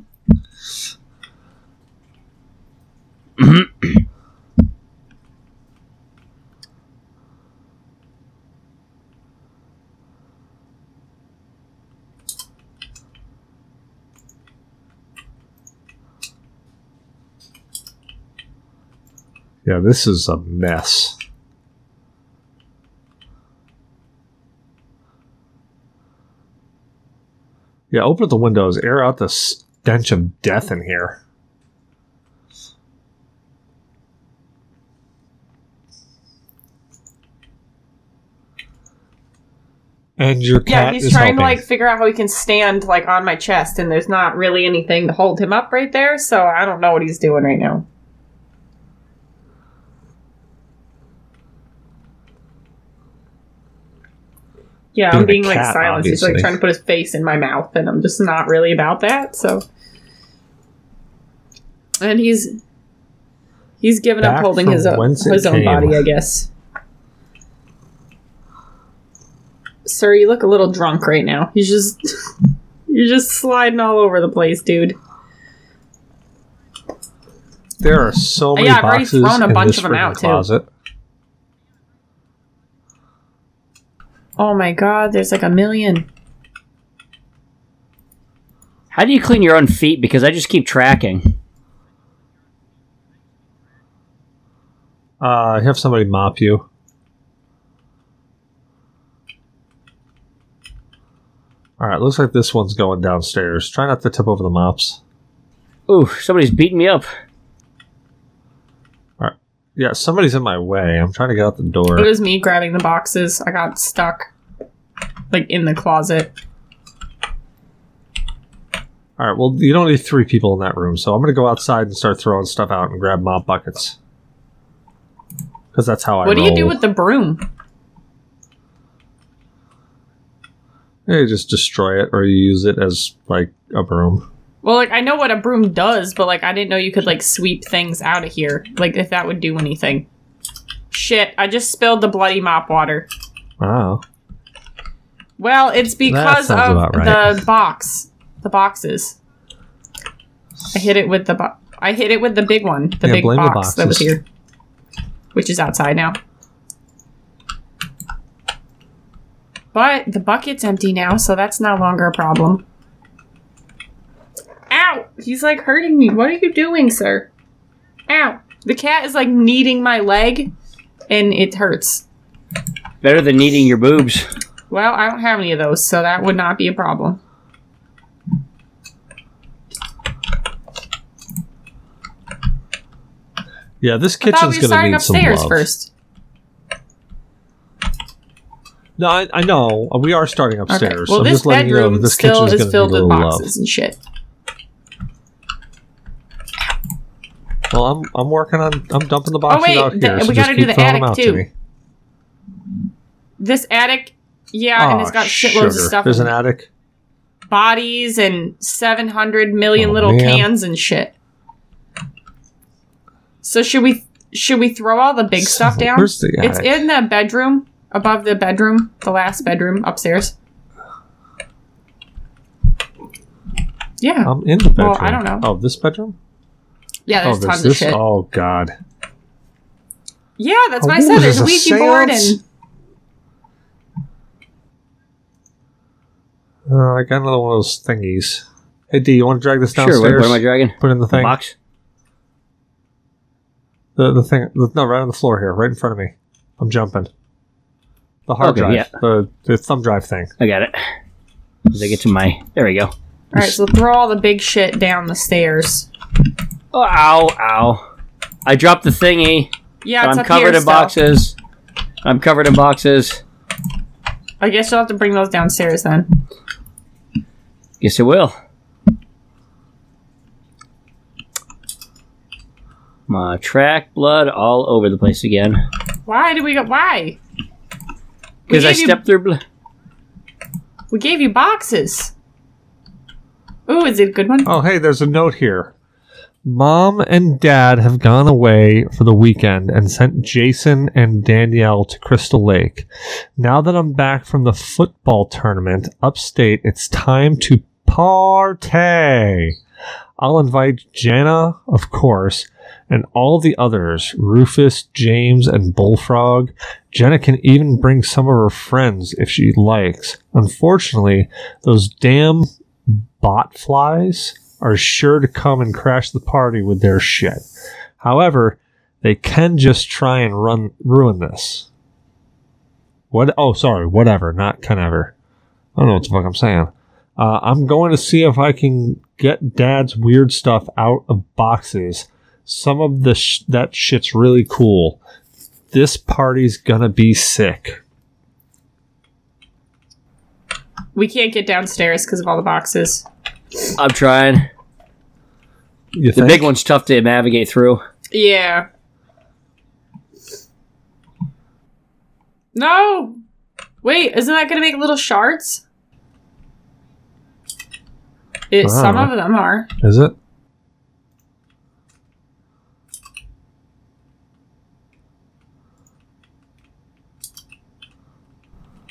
Yeah, this is a mess. Yeah, open up the windows, air out the stench of death in here. And your Yeah, cat he's is trying to helping. like figure out how he can stand like on my chest, and there's not really anything to hold him up right there. So I don't know what he's doing right now. Yeah, Doing I'm a being like cat, silenced. He's obviously. like trying to put his face in my mouth, and I'm just not really about that. So, and he's he's given Back up holding from his own whence it his own came. body, I guess. Sir, you look a little drunk right now. You just you're just sliding all over the place, dude. there are so many Yeah, I've already boxes thrown a in bunch this of them freaking out, too. closet. Oh my god, there's like a million. How do you clean your own feet? Because I just keep tracking. Uh, have somebody mop you. All right, looks like this one's going downstairs. Try not to tip over the mops. Ooh, somebody's beating me up. All right, yeah, somebody's in my way. I'm trying to get out the door. It was me grabbing the boxes. I got stuck like in the closet. All right, well, you don't need three people in that room, so I'm gonna go outside and start throwing stuff out and grab mop buckets. Because that's how I. what do you do roll. with the broom? Yeah, you just destroy it, or you use it as like a broom. Well, like I know what a broom does, but like I didn't know you could like sweep things out of here. Like if that would do anything. Shit, I just spilled the bloody mop water. Wow. Well, it's because sounds of about right. the box, the boxes. I hit it with the bo- I hit it with the big one, the Yeah, big blame the box that was boxes. here, which is outside now. But the bucket's empty now, so that's no longer a problem. Ow! He's like hurting me. What are you doing, sir? Ow! The cat is like kneading my leg, and it hurts. Better than needing your boobs. Well, I don't have any of those, so that would not be a problem. Yeah, this I thought kitchen's gonna we were starting need some upstairs love. first. No, I, I know we are starting upstairs. Okay. Well, I'm this just letting you know bedroom that this still kitchen is is going filled to need a with little boxes and shit. love. Well, I'm I'm working on I'm dumping the boxes Oh, wait, out the- here. so we just gotta keep do the throwing them attic, out to too. me. This attic, yeah, and it's Aw, got shitloads of Ah, sugar. stuff, There's in an it. attic. bodies and seven hundred million Oh, little man. cans and shit. So should we? Should we throw all the big stuff down? where's the guy? It's in the bedroom, above the bedroom, the last bedroom upstairs. Yeah. I'm in the bedroom. Well, I don't know. Oh, this bedroom? yeah, Oh, there's there's tons this. of shit. Oh, God. Yeah, that's Oh, what I said. There's a a Ouija board and seance. Uh, I got another one of those thingies. Hey, D, you want to drag this downstairs? Sure, what, what am I dragging? Put in the thing. Box? The, the thing. The, no, right on the floor here, right in front of me. I'm jumping. The hard Okay, drive. yeah. The, the thumb drive thing. I got it. As I get to my. There we go. all right, so throw all the big shit down the stairs. Oh, ow, ow. I dropped the thingy. Yeah, it's I'm up covered here in still. boxes. I'm covered in boxes. I guess you'll have to bring those downstairs then. Yes, it will. My track blood all over the place again. Why do we go? Why? We Because I gave you- stepped through. Bl- We gave you boxes. Ooh, is it a good one? Oh, hey, there's a note here. Mom and Dad have gone away for the weekend and sent Jason and Danielle to Crystal Lake. Now that I'm back from the football tournament upstate, it's time to party. I'll invite Jana, of course, and all the others Rufus, James, and Bullfrog. Jenna can even bring some of her friends if she likes. Unfortunately, those damn bot flies are sure to come and crash the party with their shit. However, they can just try and run ruin this. What? Oh, sorry. Whatever. Not Conever. I don't know what the fuck I'm saying. Uh, I'm going to see if I can get Dad's weird stuff out of boxes. Some of the sh- that shit's really cool. This party's gonna be sick. We can't get downstairs because of all the boxes. I'm trying. You The think? big one's tough to navigate through. Yeah. No. Wait, isn't that going to make little shards? It, Uh-huh. Oh. Some of them are. Is it?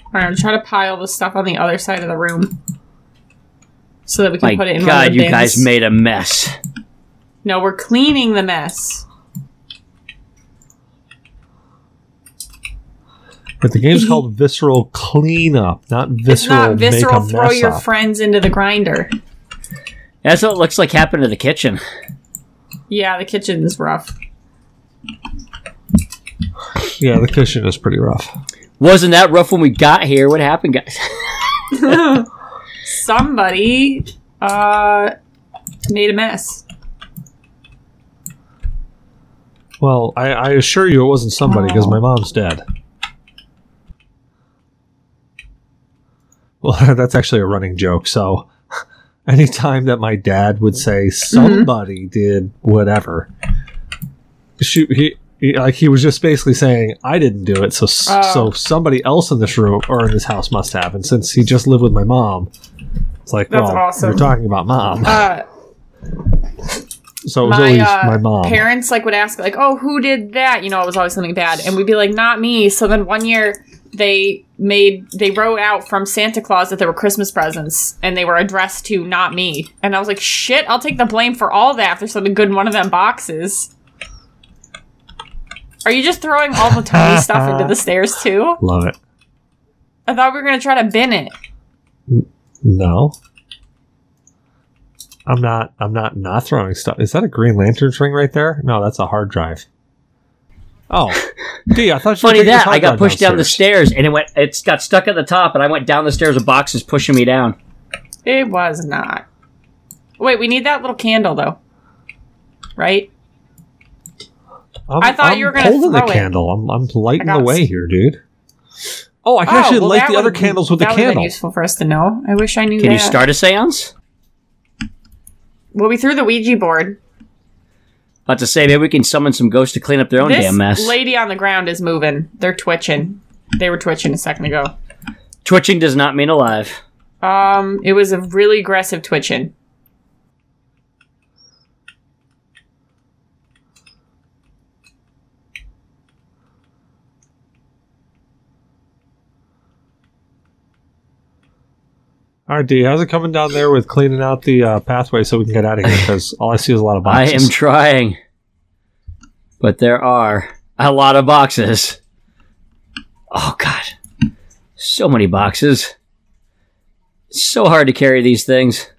All right, I'm trying to pile the stuff on the other side of the room so that we can My put it in. one of God, the you bins. guys made a mess. No, we're cleaning the mess. But the game's called Visceral Cleanup, not Visceral. it's not visceral. Make a Throw mess your up. friends into the grinder. That's what it looks like happened to the kitchen. Yeah, the kitchen's rough. Yeah, the cushion is pretty rough. Wasn't that rough when we got here? What happened, guys? Somebody uh, made a mess. Well, I, I assure you, it wasn't somebody because my mom's dead. Well, that's actually a running joke. So, anytime that my dad would Mm-hmm. say somebody did whatever, shoot, he. he- Like he was just basically saying, "I didn't do it, so s Oh. so somebody else in this room or in this house must have." And since he just lived with my mom, it's like, That's well, awesome. we're talking about mom, Uh, so it was my, always uh, my mom. parents like would ask like, "Oh, who did that?" You know, it was always something bad, and we'd be like, "Not me." So then one year they made they wrote out from Santa Claus that there were Christmas presents, and they were addressed to "Not me." And I was like, "Shit, I'll take the blame for all that if there's something good in one of them boxes." Are you just throwing all the tiny stuff into the stairs too? Love it. I thought we were gonna try to bin it. No. I'm not I'm not not throwing stuff. Is that a Green Lantern's ring right there? No, that's a hard drive. Oh. D, I thought you were Funny taking this that hard I got drive pushed down the downstairs. stairs and it went. It's got stuck at the top, and I went down the stairs with boxes pushing me down. It was not. Wait, we need that little candle though, right? I'm, I thought I'm you were gonna holding the throw it. candle. I'm I'm lighting I the got way s- here, dude. Oh, I can Oh, actually well, light that the other would've been- candles with the that would've been candle. useful for us to know. I wish I knew Can that. you start a séance? Well, we threw the Ouija board. About to say maybe we can summon some ghosts to clean up their own this damn mess. lady on the ground is moving. They're twitching. They were twitching a second ago. Twitching does not mean alive. Um, it was a really aggressive twitching. All right, D, how's it coming down there with cleaning out the uh, pathway so we can get out of here? Because all I see is a lot of I boxes. am trying. But there are a lot of boxes. Oh, God. So many boxes. It's so hard to carry these things.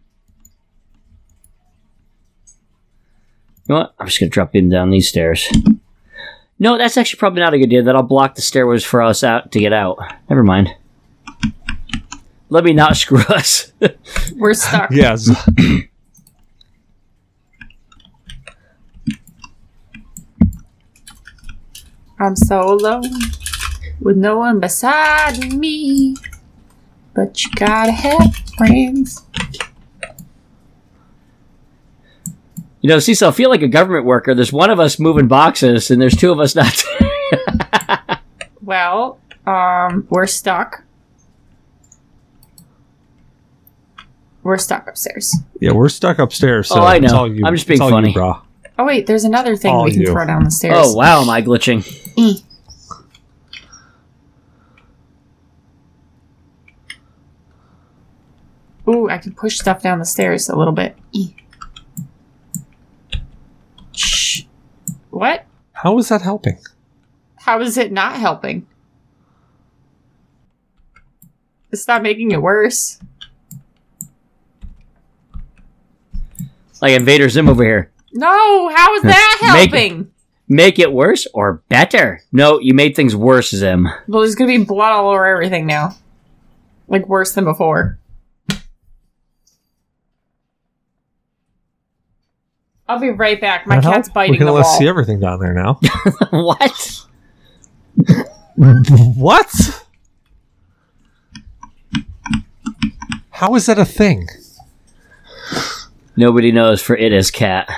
You know what? I'm just going to drop him down these stairs. No, that's actually probably not a good idea. That'll block the stairways for us out to get out. Never mind. Let me not screw us. We're stuck. yes. I'm so alone with no one beside me. But you gotta have friends. You know, Cecil, I feel like a government worker. There's one of us moving boxes, and there's two of us not. Oh, Well, um, we're stuck. We're stuck upstairs. Yeah, we're stuck upstairs. So Oh, I It's know. all you, I'm just being it's all funny. You, brah. Oh wait, there's another thing All we can you. throw down the stairs. oh wow, am I glitching? Eh. Ooh, I can push stuff down the stairs a little bit. Eh. Shh. What? How is that helping? How is it not helping? It's not making it worse. Like Invader Zim over here. No, how is that Make- helping? Make it worse or better? No, you made things worse, Zim. Well, there's gonna be blood all over everything now. Like worse than before. I'll be right back. My That help? cat's biting We can the let's wall. see everything down there now. what? what? How is that a thing? Nobody knows for it is cat.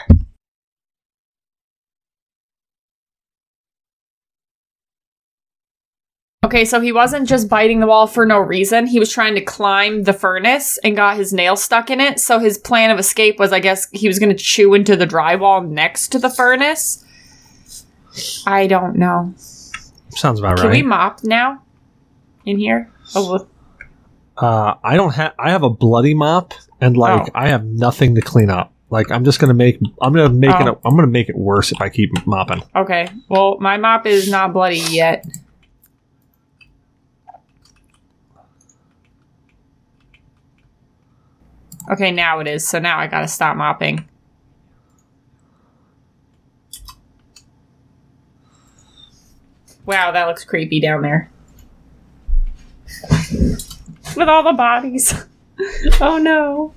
okay, so he wasn't just biting the wall for no reason. He was trying to climb the furnace and got his nail stuck in it. So his plan of escape was, I guess, he was gonna chew into the drywall next to the furnace. I don't know. Sounds about Can we right. mop now? In here? Oh, uh, I don't have. I have a bloody mop, and like Oh. I have nothing to clean up. Like I'm just gonna make. I'm gonna make it. Oh. a- I'm gonna make it worse if I keep mopping. Okay. Well, my mop is not bloody yet. Okay, now it is. So now I gotta stop mopping. Wow, that looks creepy down there. With all the bodies. oh no.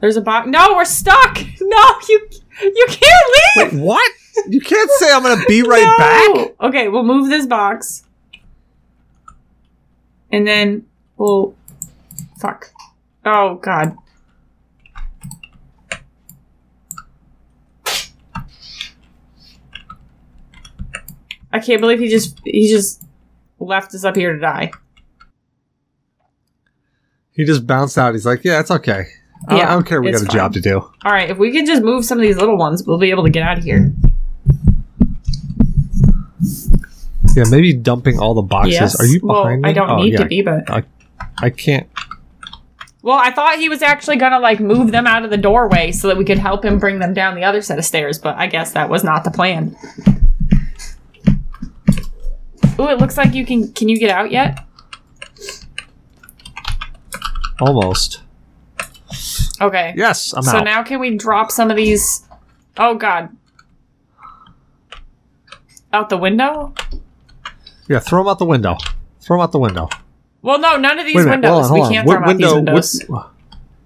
There's a box. No, we're stuck. No, you you can't leave. What? You can't say I'm gonna be right back. No! Okay, we'll move this box. And then we'll. Fuck. Oh, God. I can't believe he just he just left us up here to die. He just bounced out. He's like, yeah, it's okay. I, Yeah, I don't care. We it's got a job to fine. do. All right, if we can just move some of these little ones, we'll be able to get out of here. Yeah, maybe dumping all the boxes. Are you well, behind me? I don't Oh, need yeah. to be, but I can't. Well, I thought he was actually gonna like move them out of the doorway so that we could help him bring them down the other set of stairs, but I guess that was not the plan. Ooh, it looks like you can can you get out yet? Almost. Okay. Yes, I'm so out. now can we drop some of these Oh god. Out the window? yeah, throw him out the window. Throw him out the window. Well no, none of these Wait a minute. hold windows. on, hold we on. can't What throw 'em out these window- what- windows.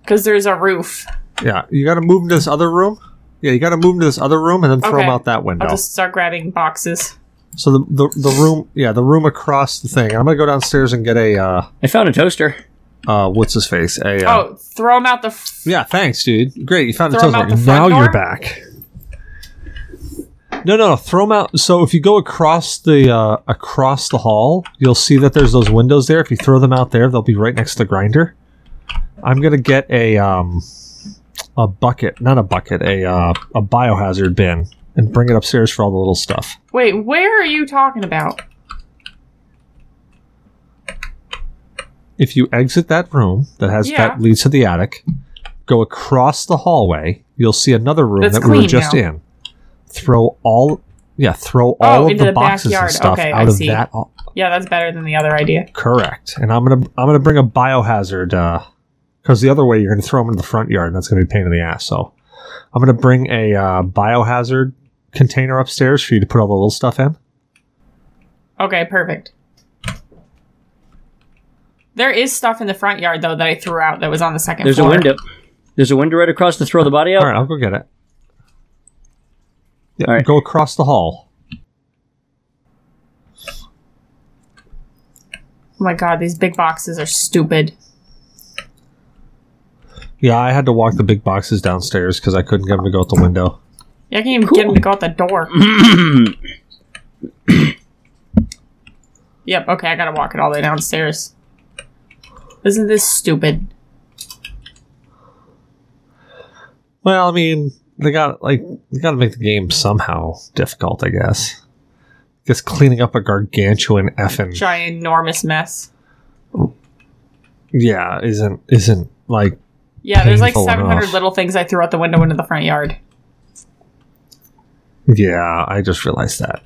Because there's a roof. yeah, you got to move into this other room. Yeah, you got to move into this other room and then throw Okay. him out that window. I'll just start grabbing boxes. So the, the the room, yeah, the room across the thing. I'm gonna go downstairs and get a uh, I found a toaster. uh what's his face? A uh, Oh, throw them out the f- yeah, thanks, dude. Great, you found a Throw 'em toaster. out the now front you're door? back. No, no, no. Throw them out. So if you go across the uh, across the hall, you'll see that there's those windows there. If you throw them out there, they'll be right next to the grinder. I'm gonna get a um a bucket, not a bucket, a uh, a biohazard bin, and bring it upstairs for all the little stuff. Wait, where are you talking about? if you exit that room that has Yeah. that leads to the attic, go across the hallway, you'll see another room That's that we were clean just now. Oh, in. Throw all yeah, throw all of into the the boxes and backyard. stuff Okay, out I of see. that hall- Yeah, that's better than the other idea. correct. And I'm gonna I'm gonna bring a biohazard uh because the other way you're gonna throw them into the front yard and that's gonna be a pain in the ass. So I'm gonna bring a uh, biohazard container upstairs for you to put all the little stuff in. Okay, perfect. There is stuff in the front yard though that I threw out that was on the second There's a floor. window. There's a window right across to throw the body out. All right, I'll go get it. Yeah, All right. Go across the hall. Oh my god, these big boxes are stupid. Yeah, I had to walk the big boxes downstairs because I couldn't get them to go out the window. Yeah, I can't even get them to go out the door. yep, okay, I gotta walk it all the way downstairs. Isn't this stupid? Well, I mean, they got like they got to make the game somehow difficult, I guess. Just cleaning up a gargantuan effing Giant, enormous mess. yeah isn't isn't like Yeah, there's like Painful 700 enough. little things I threw out the window into the front yard. yeah. I just realized that.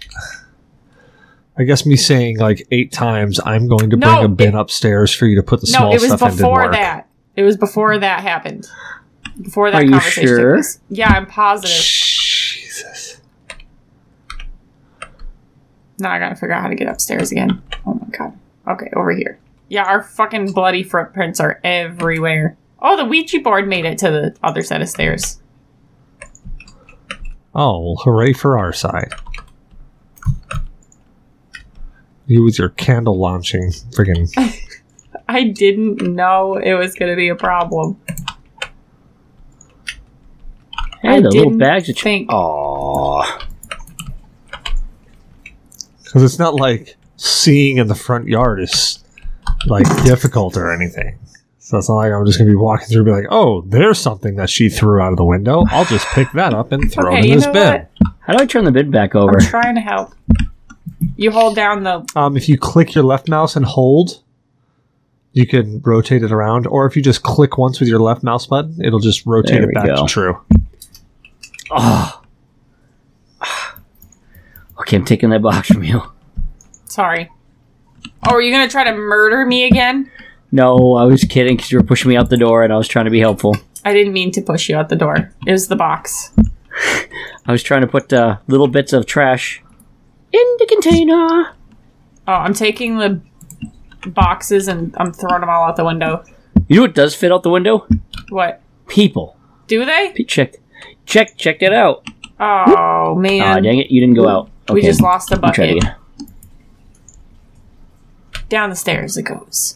I guess me saying like eight times, I'm going to No, bring a bin it- upstairs for you to put the No, small it was stuff in. didn't before work. that. It was before that happened. Before that Are you conversation. took sure? place. Yeah, I'm positive. Jesus. Now I gotta figure out how to get upstairs again. Oh my god. Okay, over here. Yeah, our fucking bloody footprints are everywhere. Oh, the Ouija board made it to the other set of stairs. Oh, well, hooray for our side. You with your candle launching friggin' I didn't know it was gonna be a problem. Hey, I the little didn't bags of ch- think- Aw. Because it's not like seeing in the front yard is like difficult or anything. So it's not like I'm just gonna be walking through and be like, oh, there's something that she threw out of the window. I'll just pick that up and throw Okay, it you in this know bin. How do I turn the bin back over? I'm trying to help. You hold down the Um, if you click your left mouse and hold, you can rotate it around. Or if you just click once with your left mouse button, it'll just rotate There it we back go. to true. Oh. Okay, I'm taking that box from you. sorry. Oh, are you gonna try to murder me again? No, I was kidding because you were pushing me out the door and I was trying to be helpful. I didn't mean to push you out the door. It was the box. I was trying to put uh, little bits of trash in the container. Oh, I'm taking the boxes and I'm throwing them all out the window. You know what does fit out the window? What? People. Do they? P- Check, check, check that out. Oh Ah, man, dang it, you didn't go out. Okay, we just lost a I'll try it bucket. again. Down the stairs it goes.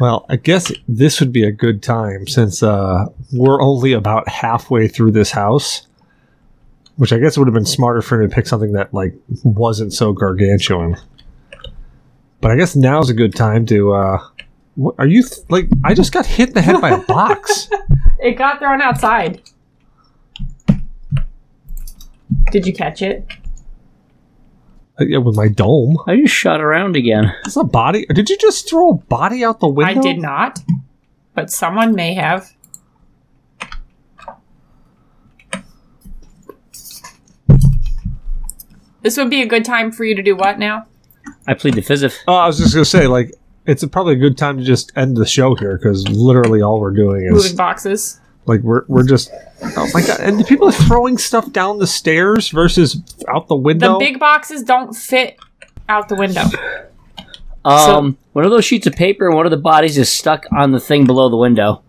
Well, I guess this would be a good time since uh, we're only about halfway through this house, which I guess would have been smarter for him to pick something that like wasn't so gargantuan. But I guess now's a good time to. Uh, wh- are you th- like? I just got hit in the head by a box. It got thrown outside. Did you catch it? Uh, yeah, with my dome. I just shot around again. It's a body. Did you just throw a body out the window? I did not, but someone may have. This would be a good time for you to do what now? I plead the fifth. Oh, I was just gonna say like. It's probably a good time to just end the show here because literally all we're doing is Moving boxes. Like we're we're just oh my god! And the people are throwing stuff down the stairs versus out the The window. big boxes don't fit out the window. Um, one of those sheets of paper and one of the bodies is stuck on the thing below the window.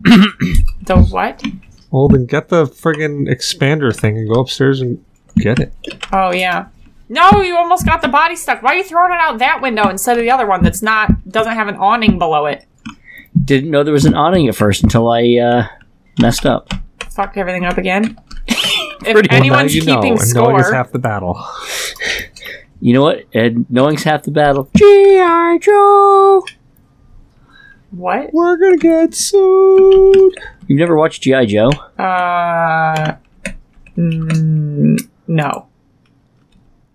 The what? well, then get the friggin' expander thing and go upstairs and get it. Oh yeah. No, you almost got the body stuck. Why are you throwing it out that window instead of the other one that's not doesn't have an awning below it? Didn't know there was an awning at first until I uh, messed up. Fucked everything up again. if Pretty- Well, now anyone's you know, keeping and knowing is score, half the battle. You know what? And knowing's half the battle. G.I. Joe! what? We're gonna get sued. You've never watched G.I. Joe? Uh, mm, n- no.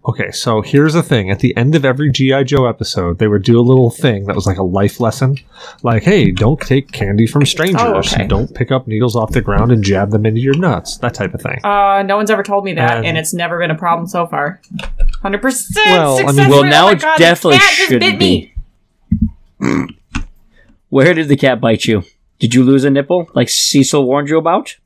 Okay, so here's the thing. At the end of every G.I. Joe episode, they would do a little thing that was like a life lesson. Like, hey, don't take candy from strangers. Oh, okay. Don't pick up needles off the ground and jab them into your nuts. That type of thing. Uh, no one's ever told me that, And- and it's never been a problem so far. Hundred percent. Uh, Well, I mean- success Well, rate. now oh my it God, definitely the cat just should bit be. me. Where did the cat bite you? Did you lose a nipple like Cecil warned you about?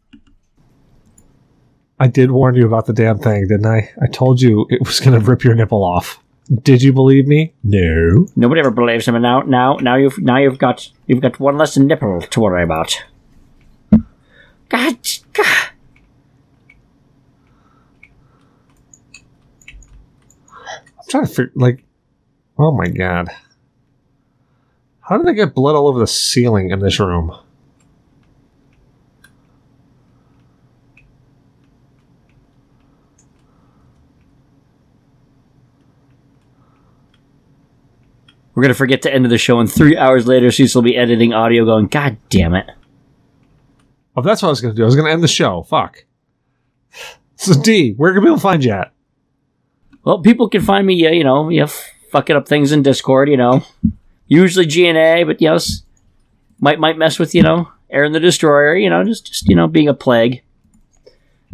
I did warn you about the damn thing, didn't I? I told you it was going to rip your nipple off. Did you believe me? No. Nobody ever believes him, and now, now, now you've now you've got you've got one less nipple to worry about. God, God. I'm trying to figure, like, oh my god. How did they get blood all over the ceiling in this room? we're gonna forget to end of the show, and three hours later, Cecil will be editing audio, going, "God damn it." Oh, that's what I was going to do. I was going to end the show. Fuck. This is D. Where can people find you at? Well, people can find me, uh, you know, yeah, fucking up things in Discord, you know. Usually GNA, but yes, might might mess with, you know, Aaron the Destroyer, you know, just just you know, being a plague.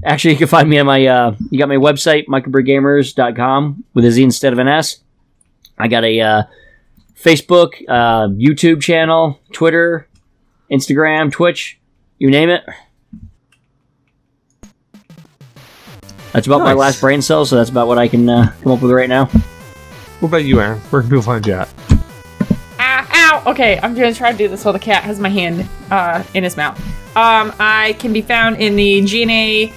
Actually, you can find me on my uh, you got my website microbrewgamers.com with a z instead of an s. I got a uh, Facebook, uh, YouTube channel, Twitter, Instagram, Twitch, you name it. That's about my Nice. last brain cell, so that's about what I can uh, come up with right now. What about you, Aaron? Where can people find you at? Ah, ow. Okay, I'm gonna try to do this while the cat has my hand uh, in his mouth. Um, I can be found in the GNA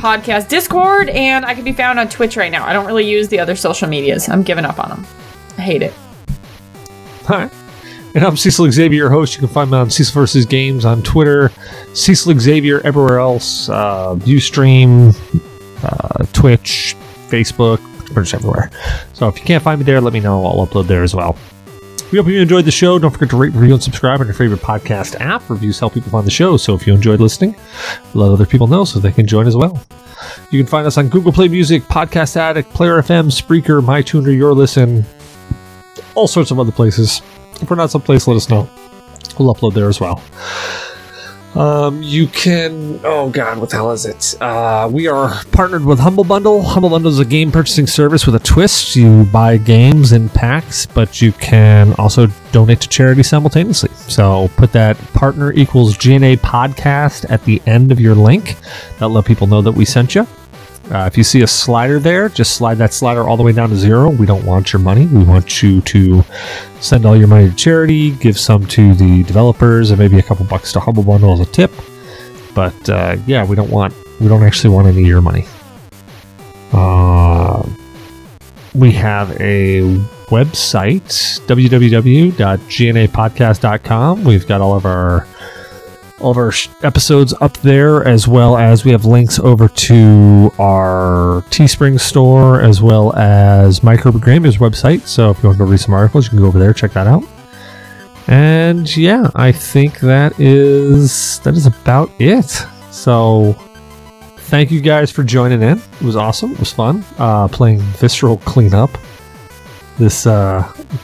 podcast Discord, and I can be found on Twitch right now. I don't really use the other social medias. I'm giving up on them. I hate it. Hi. And I'm Cecil Xavier, your host. You can find me on Cecil vs. Games on Twitter, Cecil Xavier everywhere else, uh, Ustream, uh, Twitch, Facebook, pretty much everywhere. So if you can't find me there, let me know. I'll upload there as well. We hope you enjoyed the show. Don't forget to rate, review, and subscribe on your favorite podcast app. Reviews help people find the show, so if you enjoyed listening, let other people know so they can join as well. You can find us on Google Play Music, Podcast Addict, Player FM, Spreaker, MyTuner, Your Listen, all sorts of other places. If we're not someplace, let us know. We'll upload there as well. Um, you can. Oh God, what the hell is it? Uh, we are partnered with Humble Bundle. Humble Bundle is a game purchasing service with a twist. You buy games in packs, but you can also donate to charity simultaneously. So put that partner equals GNA podcast at the end of your link. That'll let people know that we sent you. Uh, if you see a slider there, just slide that slider all the way down to zero. We don't want your money. We want you to send all your money to charity, give some to the developers, and maybe a couple bucks to Humble Bundle as a tip. But uh, yeah, we don't want we don't actually want any of your money. Uh, we have a website www.gnapodcast.com. We've got all of our all of our sh- episodes up there, as well as we have links over to our Teespring store, as well as Microbrew website. So if you want to go read some articles, you can go over there, check that out. And yeah, I think that is that is about it. So thank you guys for joining in. It was awesome. It was fun uh, playing Visceral Cleanup. This uh,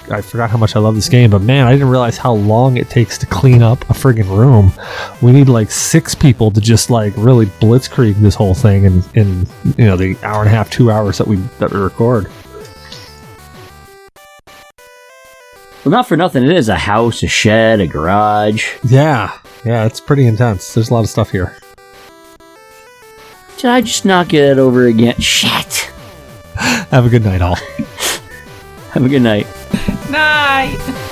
I forgot how much I love this game, but man, I didn't realize how long it takes to clean up a friggin' room we need like six people to just like really blitzkrieg this whole thing in, in you know the hour and a half two hours that we that we record Well, not for nothing. It is a house, a shed, a garage. yeah yeah it's pretty intense there's a lot of stuff here Did I just not get it over again? Shit. have a good night all Have a good night. Night.